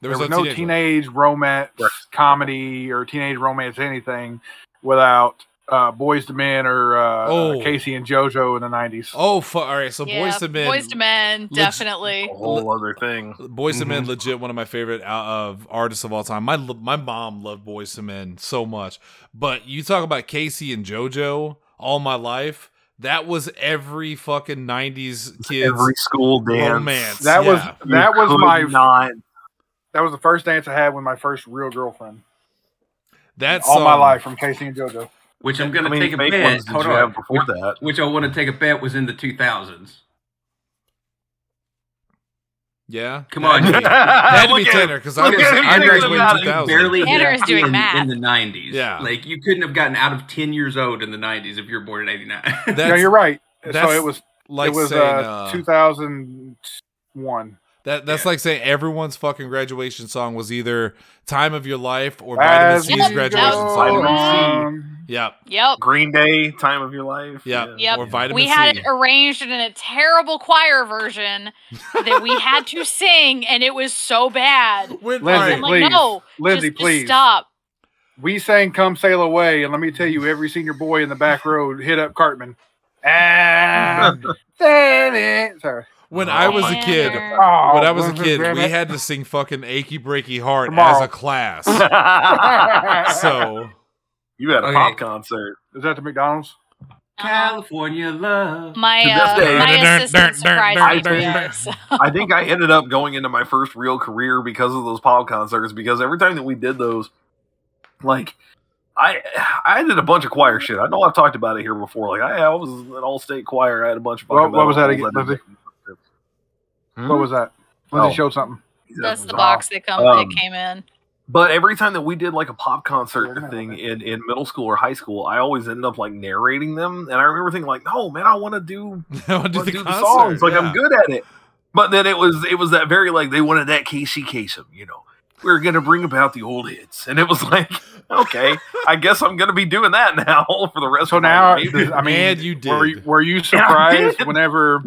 There
there
was,
was no
teenager.
teenage romance
Right.
comedy or teenage romance anything without uh, Boys to Men or uh,
Oh.
Casey and JoJo in the '90s.
Oh, fu- all right. So
Yeah,
Boys to Men.
Boys to Men,
Let's-
A
definitely.
whole other thing.
Boys to Men,
Mhm.
legit one of my favorite uh, of artists of all time. My my mom loved Boys to Men so much, but you talk about Casey and JoJo all my life. That was every fucking '90s kids.
Every school dance.
romance.
that
yeah.
was that was
Could
my
not.
that was the first dance I had with my first real girlfriend.
that
all my
song-
life from Casey and JoJo.
which I'm
I
gonna
mean,
take a
fake
bet.
ones did
Hold
you have
on,
before that?
which I want to take a bet was in the 2000s.
Yeah,
Come on,
That
Jay.
Oh, had to
Look
be
at him.
Tanner because I
Look
was
at him.
I
You're
graduated
about it.
in
You
2000.
Barely
Tanner
got
is doing
in,
math.
in the 90s.
Yeah.
like you couldn't have gotten out of 10 years old in the 90s if you were born in '89.
That's
no, you're right. So
that's
it was
like
it was
saying
uh,
uh,
2001.
that that's
yeah.
like saying everyone's fucking graduation song was either "Time of Your Life" or "Vitamin
As
C's"
you
graduation
go
song.
on.
Yep,
Yep.
Green Day, Time of Your Life.
yep,
Yep.
or vitamin
we
C.
had it arranged in a terrible choir version that we had to sing, and it was so bad.
When-
Lindsay,
all right.
I'm like,
please.
no,
Lindsay,
just,
please.
just stop.
We sang "Come Sail Away," and let me tell you, every senior boy in the back road hit up Cartman. Ah, damn it. Sorry.
When I was a kid,
Tanner.
when
Oh,
I was a
Lindsay,
kid,
damn
we
it.
had to sing fucking "Achy Breaky Heart" as
Tomorrow.
a class. so
you had a
Okay.
pop concert.
Is that the McDonald's?
Uh-huh.
California love.
My
To this
uh,
day-
my
Dun, dun,
assistant
dun, dun,
surprised me.
dun,
with
dun.
this.
I think I ended up going into my first real career because of those pop concerts. Because every time that we did those, like I, I did a bunch of choir shit. I know I've talked about it here before. Like I, I was an all-state choir. I had a bunch of.
What-
fucking
what was that
medals.
again,
I did- Hmm?
What was that? Lindsay
Oh.
showed something.
That's the box that come
Um,
that came in.
But every time that we did like a pop concert
Yeah, I know.
thing in, in middle school or high school, I always ended up like narrating them. And I remember thinking like, no man, I want to do
I would do
wanna
the,
do the,
concert,
songs. Like
yeah.
I'm good at it. But then it was it was that very like they wanted that Casey Kasem, you know. We're gonna bring about the old hits, and it was like, okay, I guess I'm gonna be doing that now for the rest
So
of my
now,
life.
does- I mean,
Man, Oh, you
Were you,
did.
were you
Yeah, I
surprised
did.
whenever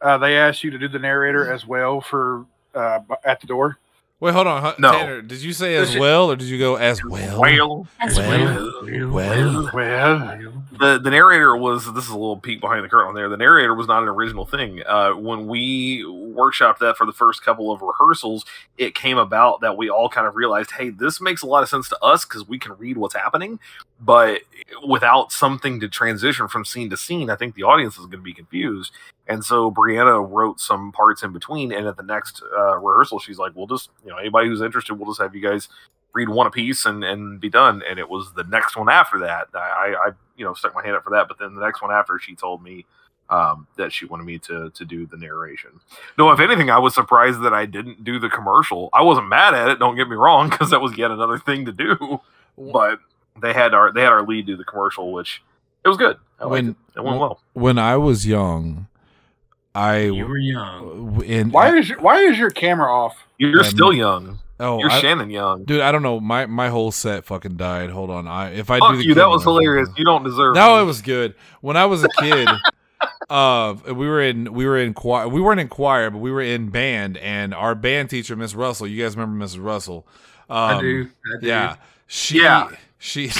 uh, they asked you to do the narrator as well for uh, b- at the door?
Wait, hold on. huh,
No.
Tanner, did you say as
Listen-
well or did you go as well?
Well,
Well,
well,
Well,
the the narrator was this is a little peek behind the curtain on there. The narrator was not an original thing. Uh, when we workshopped that for the first couple of rehearsals, it came about that we all kind of realized, hey, this makes a lot of sense to us because we can read what's happening, but without something to transition from scene to scene, I think the audience is going to be confused. And so Brianna wrote some parts in between, and at the next uh, rehearsal, she's like, "We'll just, you know, anybody who's interested, we'll just have you guys read one a piece and and be done." And it was the next one after that. I, I you know stuck my hand up for that but then the next one after she told me um, that she wanted me to to do the narration no if anything i was surprised that i didn't do the commercial i wasn't mad at it don't get me wrong because that was yet another thing to do but they had our they had our lead do the commercial which it was good I liked
When-
it. it went well
When I was young, I
You were young.
and
Why is your, why is your camera off?
you're
I'm-
still young
oh
you're
I-
shannon young
dude, I don't know. My my whole set fucking died. Hold on, I if I do
fuck
the
you that was
camera-
hilarious you don't deserve
No, it was good. When I was a kid, uh, we were in we were in choir. We weren't in choir, but we were in band, and our band teacher, Miss Russell. You guys remember Miss Russell? Um,
I do. I do.
Yeah, she.
Yeah.
She.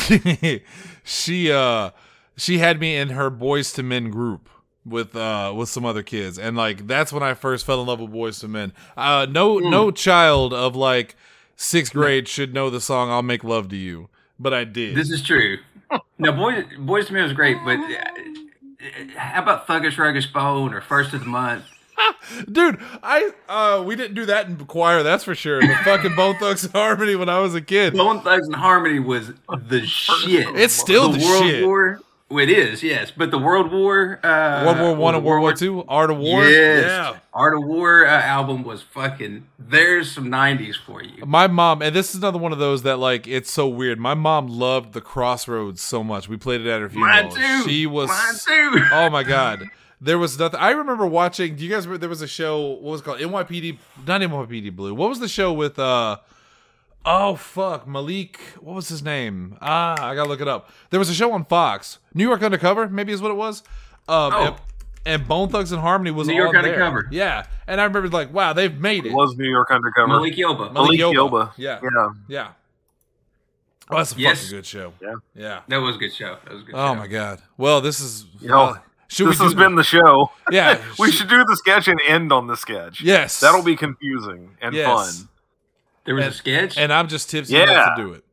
She. uh. She had me in her boys to men group with uh with some other kids and like that's when i first fell in love with boys to men uh no no child of like sixth grade should know the song i'll make love to you but i did
This is true. No, boys, boys to men was great, but uh, how about thuggish ruggish bone or first of the month?
Dude, I uh we didn't do that in choir, that's for sure. The fucking Bone Thugs and Harmony when I was a kid.
Bone Thugs and Harmony was the shit.
It's still the
World
shit.
War. well, it is, yes, but the World War. Uh,
World War One and World War Two, Art of War.
Yes.
Yeah.
Art of War uh, album was fucking. There's some '90s for you.
My mom, and this is another one of those that like it's so weird. My mom loved the Crossroads so much. We played it at her funeral.
Mine too.
She was
Mine too.
oh my god there was nothing i remember watching do you guys remember there was a show what was it called nypd not nypd blue what was the show with uh oh fuck malik what was his name ah i gotta look it up there was a show on fox new york undercover maybe is what it was um
Oh.
and, and bone thugs and harmony was
New York
on there.
Undercover.
yeah and i remember like wow they've made
it
it
was new york
Oh,
undercover
Malik Yoba.
Malik Yoba.
yeah
yeah
yeah oh that's a
Yes.
fucking good show
Yeah.
yeah
That was a good show. That was a good.
oh
show.
my god well this is
Yo,
uh, should
this
we do
has been the show
yeah
we
sh-
should do the sketch and end on the sketch
yes
That'll be confusing and
Yes.
fun.
There was
And-
a sketch.
and I'm just tipsy
Yeah.
enough to do it.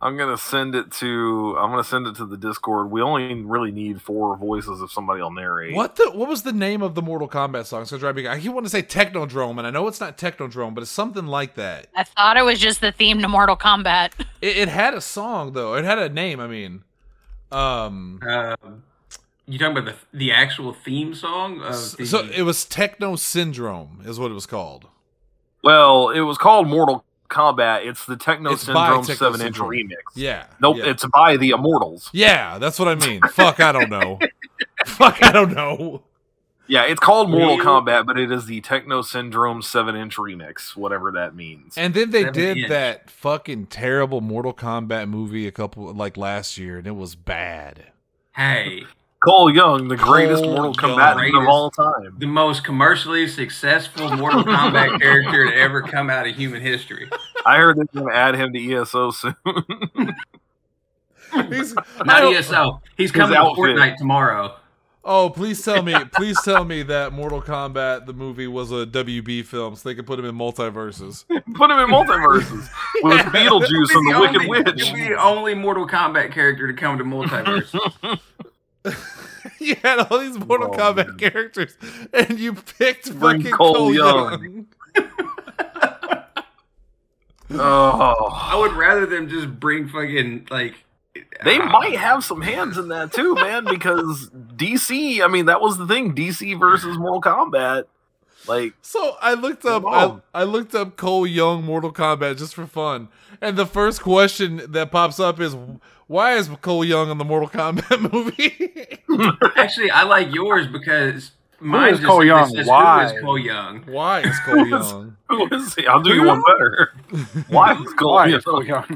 I'm gonna send it to I'm gonna send it to the Discord. We only really need four voices if somebody'll narrate.
What the? What was the name of the Mortal Kombat song? So drive me. I keep wanting to say Technodrome, and I know it's not Technodrome, but it's something like that.
I thought it was just the theme to Mortal Kombat.
It, it had a song though. It had a name. I mean, um,
Um, you talking about the the actual theme song of the?
so it was Techno Syndrome, is what it was called.
Well, it was called Mortal Kombat. It's the Techno
It's by
Syndrome
Techno
seven inch
Syndrome.
remix.
Yeah.
Nope,
Yeah.
it's by the Immortals.
yeah. That's what I mean. Fuck. I don't know. Fuck. I don't know.
Yeah, it's called Mortal
Really?
Kombat, but it is the Techno Syndrome seven inch remix, whatever that means.
And then they
Seven
did
inch.
that fucking terrible Mortal Kombat movie a couple like last year, and it was bad.
hey,
Cole Young, the greatest
Cole
Mortal
Young.
Combatant of
Greatest.
all time.
the most commercially successful Mortal Kombat character to ever come out of human history.
I heard they're gonna add him to ESO soon.
He's- I
Not
don't-
ESO. He's
His
coming to
outfit.
Fortnite tomorrow.
Oh, please tell me, please tell me that Mortal Kombat the movie was a WB film, so they could put him in multiverses.
Put him in multiverses with Beetlejuice and the Wicked
only,
Witch.
he'll be the only Mortal Kombat character to come to multiverse.
you had all these Mortal
Oh,
Kombat
man.
characters, and you picked
Bring
fucking Cole,
Cole
Young.
Young. Oh,
I would rather them just bring fucking like.
they
ah,
might have some hands in that too, man. Because DC, I mean, that was the thing. DC versus Mortal Kombat. Like,
So I looked up, I,
Whoa.
I looked up Cole Young Mortal Kombat just for fun, and the first question that pops up is, why is Cole Young in the Mortal Kombat movie?
Actually, I like yours because mine
is
just
Cole
simply
Young?
says,
Why?
Who is Cole Young?
why is Cole Young?
who is he? I'll do you one better. Why is Cole? E
Why?
Young-
Oh, yeah.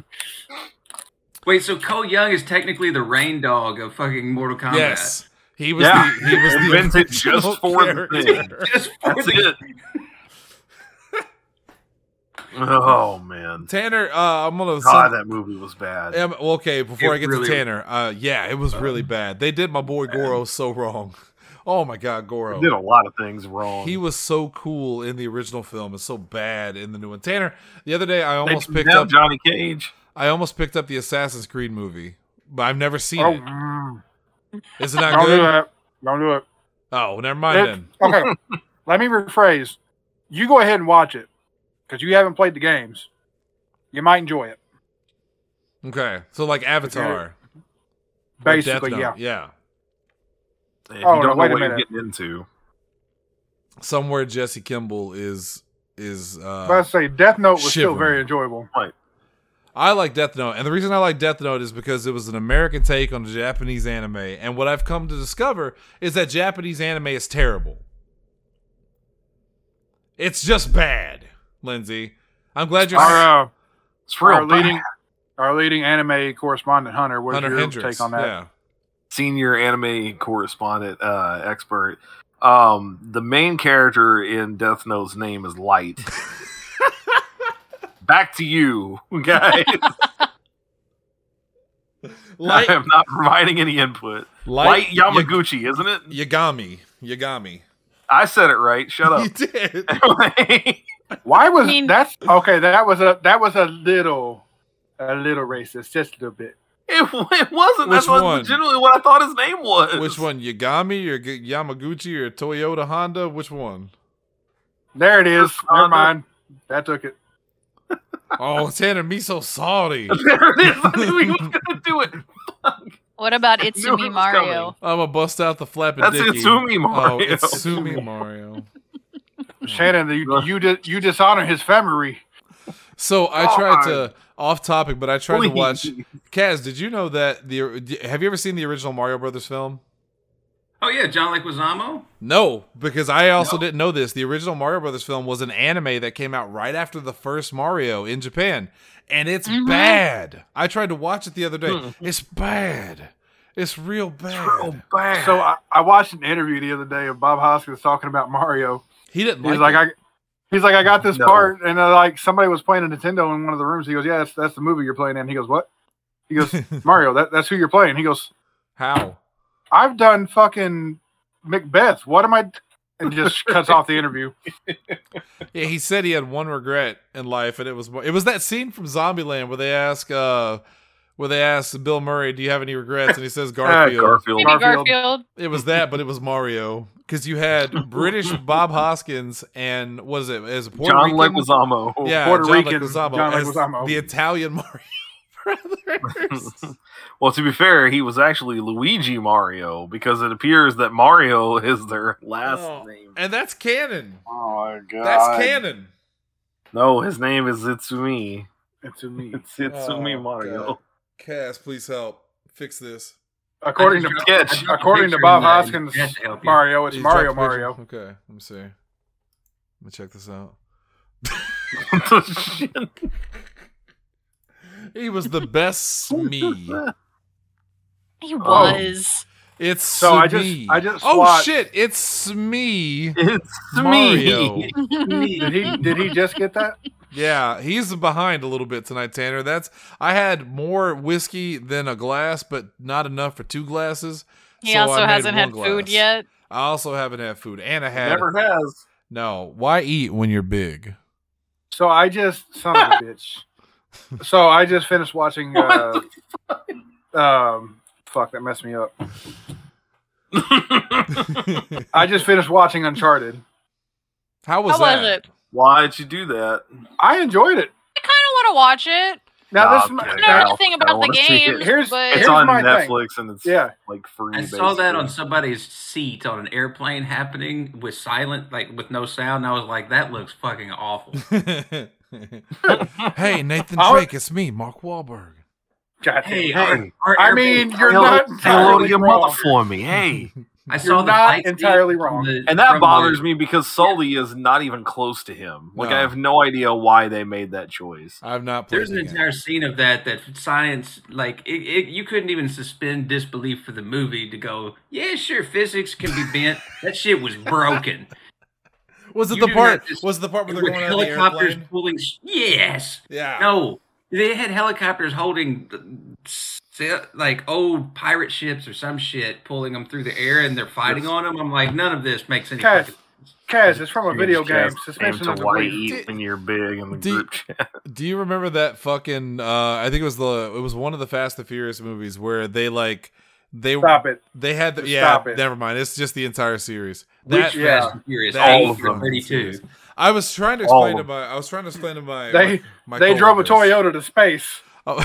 Wait, so Cole Young is technically the rain dog of fucking Mortal Kombat.
yes, he was.
Yeah.
the, he was the
Invented just
original
for the thing.
character.
Just for
That's
the-
it. Oh man,
Tanner, uh, I'm gonna.
God,
send-
that movie was bad.
Am- well, okay, before I
It
get
really-
to Tanner, uh, yeah, it was really bad. They did my boy Goro so wrong. Oh my god, Goro.
It did a lot of things wrong.
He was so cool in the original film and so bad in the new one. Tanner, the other day I
They
almost picked
didn't have
up
Johnny Cage.
I almost picked up the Assassin's Creed movie, but I've never seen
Oh,
it.
mm.
Is it not
don't do
good?
that. Don't do it.
Oh, never mind
It-
then.
Okay, let me rephrase. You go ahead and watch it because you haven't played the games. You might enjoy it.
Okay, so like Avatar, or Death
Basically,
Note,
yeah.
yeah,
If you
Oh,
don't
no,
know
wait
what
a
you're
minute.
getting into.
somewhere Jesse Kimball is is. Uh,
But I say Death Note was still
Shivering.
very enjoyable.
I like Death Note, and the reason I like Death Note is because it was an American take on a Japanese anime. And what I've come to discover is that Japanese anime is terrible. It's just bad, Lindsay. I'm glad you're.
Our, uh,
It's
our
real
leading
bad.
our leading anime correspondent Hunter, what's
Hunter
your
Hendricks.
take on that?
Yeah.
senior anime correspondent uh, expert. Um, the main character in Death Note's name is Light. Back to you, guys.
Light,
I am not providing any input. Light, Yamaguchi, isn't it?
Y- Yagami. Yagami.
I said it right. Shut
You
up.
did.
Why was
I mean-
that's okay? That was a that was a little a little racist, just a little bit.
It, it wasn't.
Which
That's what,
one?
legitimately what I thought his name was.
Which one? Yagami or G- Yamaguchi or Toyota Honda? Which one?
There it is.
Just
Never
on the-
mind. That took it.
Oh, Tanner, me so sorry.
There it is. I knew he was gonna do it.
What about
I knew it
Itsumi
was
Mario?
I'm gonna bust out the flapping
That's
dicky.
Itsumi
Oh,
Mario.
it's Sumi Mario. Hmm.
Shannon, you you, di- you dishonor his family.
So I tried to off topic, but I tried to watch.
Please.
Kaz, did you know that the have you ever seen the original Mario Brothers film?
Oh yeah, John Leguizamo.
No, because I also didn't know this. The original Mario Brothers film was an anime that came out right after the first Mario in Japan, and it's
Mm-hmm.
Mhm.
bad. I tried to watch it the other day. It's bad. It's real bad.
Oh, bad.
So I, I watched an interview the other day of Bob Hoskins talking about Mario.
He didn't
He's
like,
like,
it.
I he's like, I got this
No.
part, and uh, like somebody was playing a Nintendo in one of the rooms. He goes, Yeah, that's, that's the movie you're playing in. He goes, What? He goes, Mario, that, that's who you're playing. He goes,
how?
I've done fucking Macbeth. What am I? And just cuts off the interview.
Yeah, he said he had one regret in life, and it was it was that scene from Zombieland where they ask uh where they ask Bill Murray, "Do you have any regrets?" and he says
Ah,
Garfield.
Garfield.
Maybe
Garfield.
Garfield.
It was that, but it was Mario because you had British Bob Hoskins and was it as Puerto
John
Rican?
Leguizamo.
yeah,
Puerto
John
Rican,
Leguizamo,
John
as
Leguizamo.
the Italian Mario brothers.
Well, to be fair, he was actually Luigi Mario because it appears that Mario is their last
Oh.
name.
and that's canon.
Oh my god,
That's canon.
No, his name is Itsumi.
to me.
It's Itsumi
Oh,
Mario.
God. Cass, please help fix this.
According
I
to
just
Sketch.
dropped- I dropped a
according to
picture
Bob
in there.
Hoskins,
That to help you.
Mario, it's
He's
Mario,
dropped a picture.
Mario.
Okay, let me see. Let me check this out.
Shit.
He was the best me.
Oh.
He was.
It's
So I just-
Smee.
I just
oh
watched-
shit! It's Smee.
It's
Mario.
me.
Did he? Did he just get that?
Yeah, he's behind a little bit tonight, Tanner. That's I had more whiskey than a glass, but not enough for two glasses.
He
so I
also
made
hasn't had
one
food
glass.
yet.
I also haven't had food, and I had
Never has.
no. Why eat when you're big?
So I just son of a bitch. So I just finished watching. Uh, um, fuck that messed me up. I just finished watching Uncharted.
How was
How
that?
was it?
Why'd you do that?
I enjoyed it.
I kind of want to watch it.
Now this
Nah, I'm
I
kidding.
know
Yeah,
nothing
I
about the
wanna see it.
games,
Here's-
but
It's
here's
on
my thing.
Netflix and it's
yeah,
like free.
I saw that
basically.
on somebody's seat on an airplane happening with silent, like with no sound. And I was like, that looks fucking awful.
hey, Nathan
I was-
Drake, it's me, Mark Wahlberg.
God
Hey,
damn.
our- our
I
airplane-
mean, you're
Hello-
not
hello
entirely
to your
wrong.
mother for me. Hey.
I
You're
saw the
not
fight scene
entirely
from
wrong.
the-
And
from
that
the-
bothers me because Sully is not even close to him. Like
No.
I have no idea why they made that choice.
I've not played.
There's an
the game.
entire scene of that that science, like it, it, you couldn't even suspend disbelief for the movie to go. Yeah, sure, physics can be bent. that shit was broken.
Was it
You
the
do
part?
not just-
Was it the part where they're
with
going on the
helicopters
airplane?
pulling. s- Yes.
Yeah.
No, they had helicopters holding uh, se- like old pirate ships or some shit, pulling them through the air, and they're fighting on them. I'm like, none of this makes any.
Cass.
fucking-
Kaz, it's from a video game.
Just
Suspension
aim
of
to why
belief.
you eat when you're big in the
Do-
group chat.
Do you remember that fucking? Uh, I think it was the. It was one of the Fast and Furious movies where they like they
Stop it.
they had the
Just
yeah.
stop it.
Never mind. It's just the entire series.
Which
That
yeah.
Fast and Furious?
that-
All
all of them.
Thirty-two.
I was trying to
All
explain to
of
my. I was trying to explain to my.
They
my, my
they drove a
coworkers.
Toyota to space.
Oh.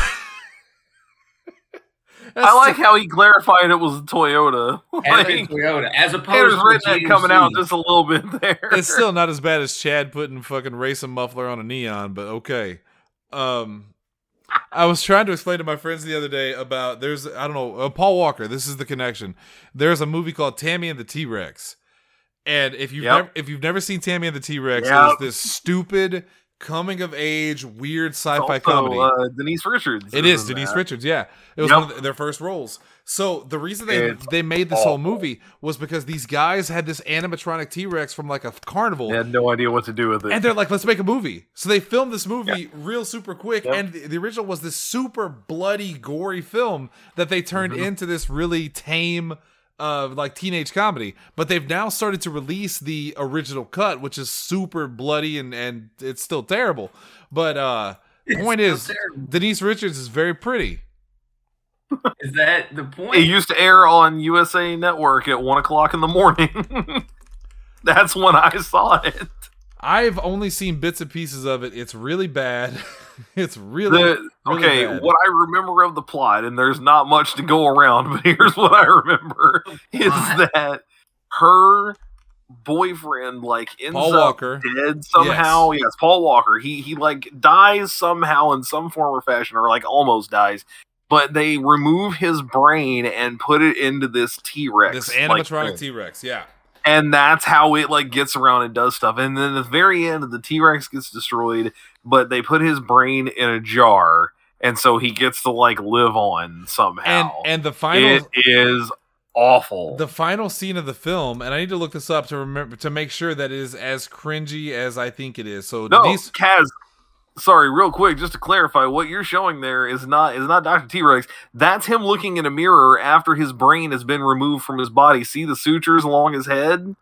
I like how he clarified it was a Toyota.
As a
Like,
Toyota, as
there's
opposed to
redneck coming out
GMC.
just a little bit there.
it's still not as bad as Chad putting fucking racing muffler on a neon, but okay. Um, I was trying to explain to my friends the other day about there's I don't know uh, Paul Walker. This is the connection. There's a movie called Tammy and the T Rex, and if you've
Yep.
never, if you've never seen Tammy and the T Rex,
Yep.
it's this stupid coming of age weird sci-fi
also,
comedy.
Uh, Denise Richards.
It is
in
Denise
that.
Richards. Yeah, it was
Yep.
one of their first roles. So the reason they
It's
they made this whole
awful.
movie was because these guys had this animatronic T Rex from like a carnival,
They had no idea what to do with it.
and they're like, "Let's make a movie." So they filmed this movie real super quick,
Yep.
and the, the original was this super bloody, gory film that they turned
Mhm.
into this really tame. Uh, like teenage comedy, but they've now started to release the original cut, which is super bloody and and it's still terrible. But uh, point
It's
is,
so terrible.
Denise Richards is very pretty.
is that the
It
point?
used to air on USA Network at one o'clock in the morning. That's when I saw it.
I've only seen bits and pieces of it. It's really bad. it's really
The,
really
okay,
bad.
what I remember of the plot, and there's not much to go around, but here's what I remember
Oh,
is
Plot.
that her boyfriend like ends
Paul
up
Walker.
dead somehow. Yes. Paul Walker. He he like dies somehow in some form or fashion, or like almost dies. But they remove his brain and put it into this T Rex,
This animatronic T Rex, yeah.
and that's how it like gets around and does stuff. And then at the very end, the T Rex gets destroyed, but they put his brain in a jar, and so he gets to like live on
And
somehow.
and the final
it is awful.
the final scene of the film, and I need to look this up to remember to make sure that it is as cringy as I think it is. So
No,
Denise,
Kaz. Sorry, real quick, just to clarify, what you're showing there is not is not Doctor T Rex. That's him looking in a mirror after his brain has been removed from his body. See the sutures along his head.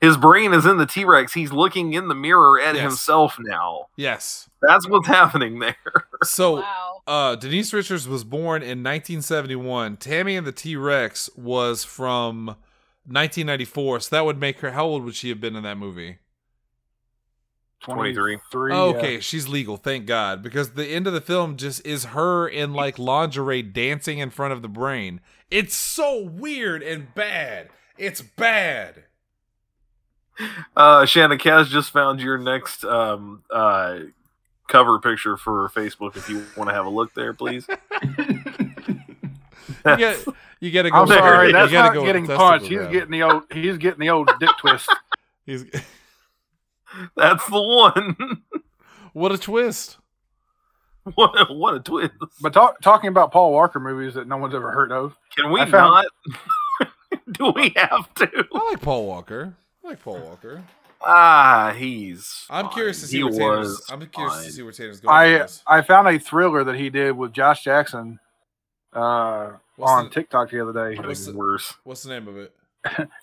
His brain is in the T Rex. He's looking in the mirror at
Yes.
himself now.
yes.
That's what's happening there.
So
Wow.
uh, Denise Richards was born in 1971. Tammy and the T Rex was from 1994. So that would make her. How old would she have been in that movie?
23.
Oh, okay, she's legal, thank God, because the end of the film just is her in like lingerie dancing in front of the brain. It's so weird and bad. It's bad.
Uh, Shanna Kaz just found your next um, uh, cover picture for Facebook. If you want to have a look there, please.
You get, you gotta go.
I'm
There it
sorry,
is.
that's
you gotta
not
go with
getting
the
punched. He's
testicle grab.
getting the old. He's getting the old dick twist.
He's-
That's the one.
what a twist!
what, a, what a twist!
But talk, talking about Paul Walker movies that no one's ever heard of.
Can we
I found-
not? Do we have to?
I like Paul Walker. I like Paul Walker.
Ah, he's.
I'm
fine.
curious to see
He
where Tanner's.
was
I'm curious to
fine.
see where Tanner's going. with
I
this.
I found a thriller that he did with Josh Jackson uh,
What's
on
the-
TikTok the other day.
Could've
What's
been
the-
worse.
What's the name of it?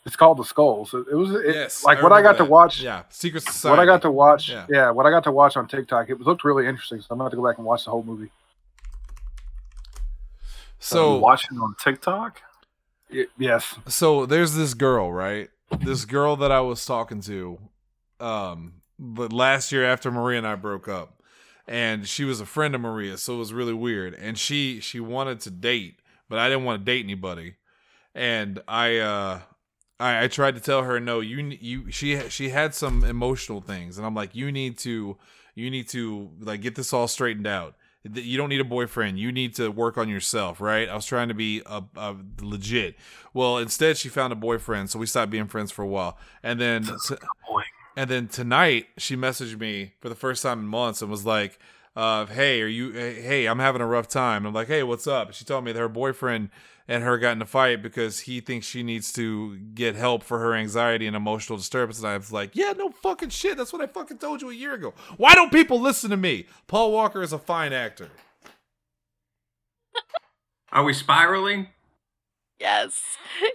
It's called The Skulls. It, it was it,
yes,
like what I
remember
got to
that.
watch.
Yeah, Secret Society.
What I got to watch,
Yeah.
yeah. what I got to watch on TikTok, it looked really interesting. So I'm gonna have to go back and watch the whole movie.
so
watching on TikTok.
Y- yes,
so there's this girl, right? This girl that I was talking to um but last year after Maria and I broke up. And she was a friend of Maria, so it was really weird. And she she wanted to date, but I didn't want to date anybody. And I uh I, I tried to tell her no, you n- you she she had some emotional things and I'm like you need to you need to like get this all straightened out that you don't need a boyfriend. You need to work on yourself, right? I was trying to be a, a legit. Well, instead, she found a boyfriend, so we stopped being friends for a while. And then,
That's
t-
point.
and then tonight, she messaged me for the first time in months and was like, of hey are you hey i'm having a rough time i'm like hey what's up she told me that her boyfriend and her got in a fight because he thinks she needs to get help for her anxiety and emotional disturbance and i was like yeah no fucking shit that's what i fucking told you a year ago why don't people listen to me paul walker is a fine actor
Are we spiraling?
Yes.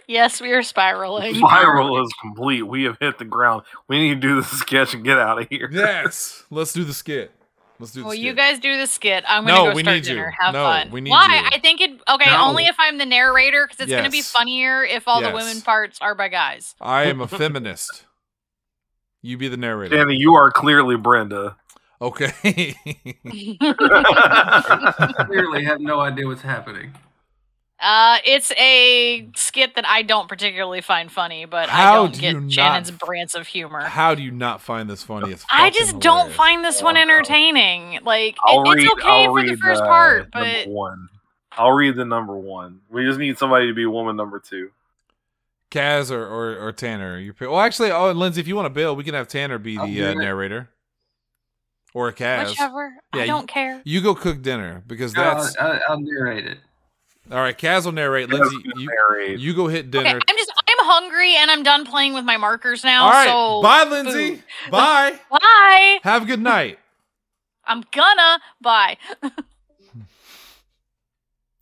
Yes, we are spiraling.
Spiral is complete. We have hit the ground. We need to do this sketch and get out of here.
yes let's do the skit let's do the
Well,
skit.
you guys do the skit. I'm gonna
No,
go
we
start
need you.
dinner. Have
No,
fun.
we need
Why?
you.
I think it. Okay,
No.
only if I'm the narrator because it's gonna be
Yes.
funnier if all
Yes.
the women parts are by guys.
i am a feminist you be the narrator
Danny, you are clearly Brenda.
okay
Clearly, have no idea what's happening.
Uh, it's a skit that I don't particularly find funny, but I
How
don't
do
get
you not-
Shannon's brants of humor.
how do you not find this funny It's
I
fucking
just don't
hilarious.
find this one
Oh, no.
entertaining. Like it,
I'll
it's
read.
okay
I'll
for
read
the first
uh,
part,
number
but
one. I'll read the number one. We just need somebody to be woman number two.
Kaz or, or, or Tanner. You pick. Well, actually, oh, and Lindsay, if you want to bail, we can have Tanner be
I'll
the
do
uh,
it.
narrator or Kaz.
whichever.
Yeah,
I
you-
don't care.
You go cook dinner because
No,
that's
I, I, I'll narrate it.
all right. Kaz will narrate. Lindsay, you,
Married.
you go hit
Okay,
dinner.
I'm just I'm hungry and I'm done playing with my markers now.
all right,
So
bye, Lindsay.
food.
Bye.
Bye.
have a good night.
I'm gonna bye.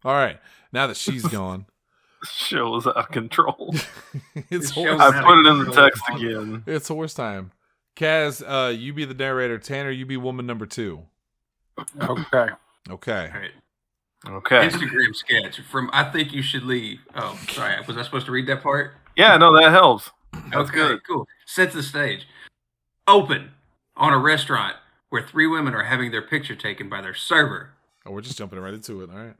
All right. Now that she's gone,
This show is out of control.
it's
This
horse.
show's
I
out of
put it in the
control.
text again.
It's horse time. Kaz, uh, you be the narrator. Tanner, you be woman number two.
Okay.
Okay.
All right.
Okay.
Instagram sketch from I think you should leave. Oh, sorry. Was I supposed to read that part?
Yeah, no, that helps. That's
okay,
good.
cool. Sets the stage. Open on a restaurant where three women are having their picture taken by their server.
Oh, we're just jumping right into it. All right.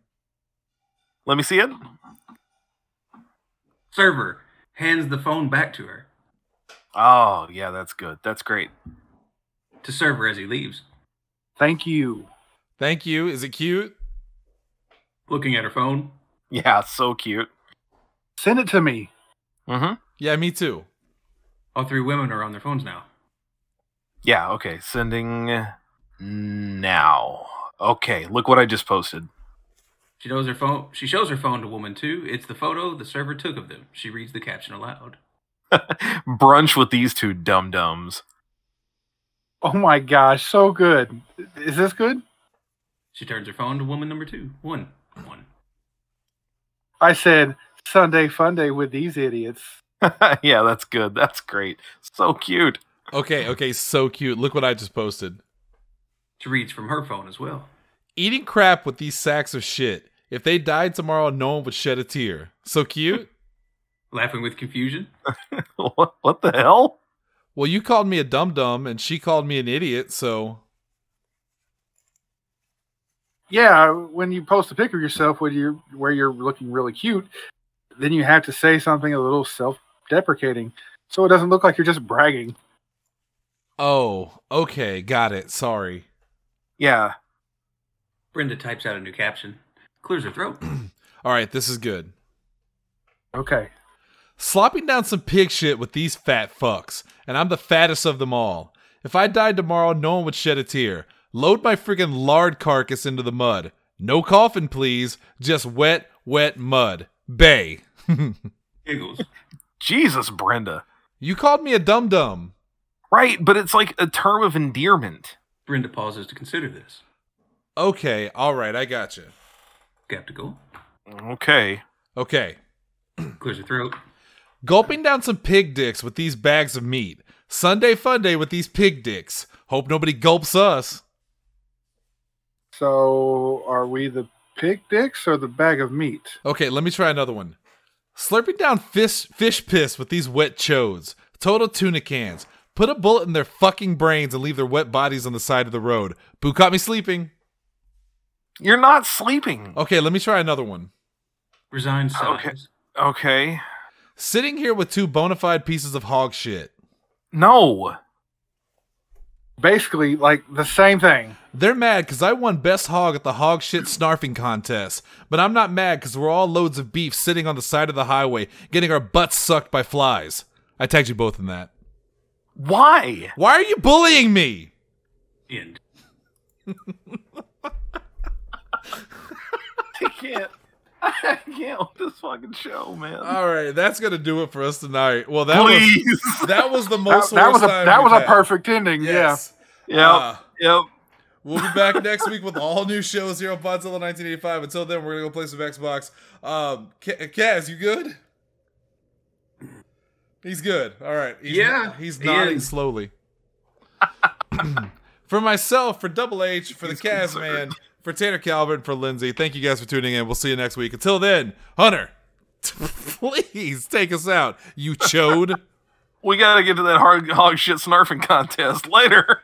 Let me see it.
Server hands the phone back to her.
Oh, yeah, that's good. That's great.
To server as he leaves,
Thank you.
Thank you. Is it cute?
looking at her phone.
Yeah, so cute.
Send it to me.
Mm-hmm.
Yeah, me too.
All three women are on their phones now.
Yeah, okay. Sending now. Okay, look what I just posted.
She knows her phone. She shows her phone to woman two. It's the photo the server took of them. She reads the caption aloud.
Brunch with these two dum dums.
Oh my gosh, so good. Is this good?
She turns her phone to woman number two. One, one.
I said Sunday fun day with these idiots.
yeah, that's good. That's great. So cute.
Okay, okay, so cute. Look what I just posted.
She reads from her phone as well.
Eating crap with these sacks of shit. If they died tomorrow, no one would shed a tear. So cute.
Laughing with confusion.
what, what the hell?
well, you called me a dum dum, and she called me an idiot. So
Yeah, uh, when you post a pic of yourself when you're where you're looking really cute, then you have to say something a little self-deprecating, so it doesn't look like you're just bragging.
oh, okay, got it. Sorry.
Yeah.
Brenda types out a new caption. Clears her throat.
All right, this is good.
Okay.
Slopping down some pig shit with these fat fucks, and I'm the fattest of them all. If I died tomorrow, no one would shed a tear. Load my freaking lard carcass into the mud. No coffin, please. Just wet, wet mud. Bay.
Giggles.
Jesus, Brenda.
You called me a dum dum.
Right, but it's like a term of endearment.
Brenda pauses to consider this.
Okay, all right, I got you.
Skeptical.
Okay.
Okay,
Clears her throat.
gulping down some pig dicks with these bags of meat. Sunday fun day with these pig dicks. Hope nobody gulps us.
So are we the pig dicks or the bag of meat?
Okay, let me try another one. Slurping down fish fish piss with these wet chodes. Total tuna cans. Put a bullet in their fucking brains and leave their wet bodies on the side of the road. Boo caught me sleeping.
You're not sleeping.
Okay, let me try another one.
Resigned sighs.
Okay. Okay.
Sitting here with two bona fide pieces of hog shit.
No.
Basically, like the same thing.
They're mad because I won Best Hog at the Hog Shit Snarfing Contest, but I'm not mad because we're all loads of beef sitting on the side of the highway getting our butts sucked by flies. I tagged you both in that.
Why?
Why are you bullying me?
End.
can't. I can't with this fucking show, man.
All right, that's gonna do it for us tonight. Well, that was
Please.
that was the
That,
most
that was a
worst time
that
we've
was a
had.
perfect ending.
Yes.
yep.
Uh,
yep.
We'll be back next week with all new shows here on Podzilla 1985. Until then, we're gonna go play some Xbox. Um, Ca- Kaz, you good? He's good. All right. He's
Yeah,
he's
he
nodding
is.
slowly. for myself, for Double H, for
He's
the Kaz
concerned.
man, for Tanner Calvin, for Lindsay. Thank you guys for tuning in. We'll see you next week. Until then, Hunter, please take us out. You chode.
We gotta get to that hard hog shit snarfing contest later.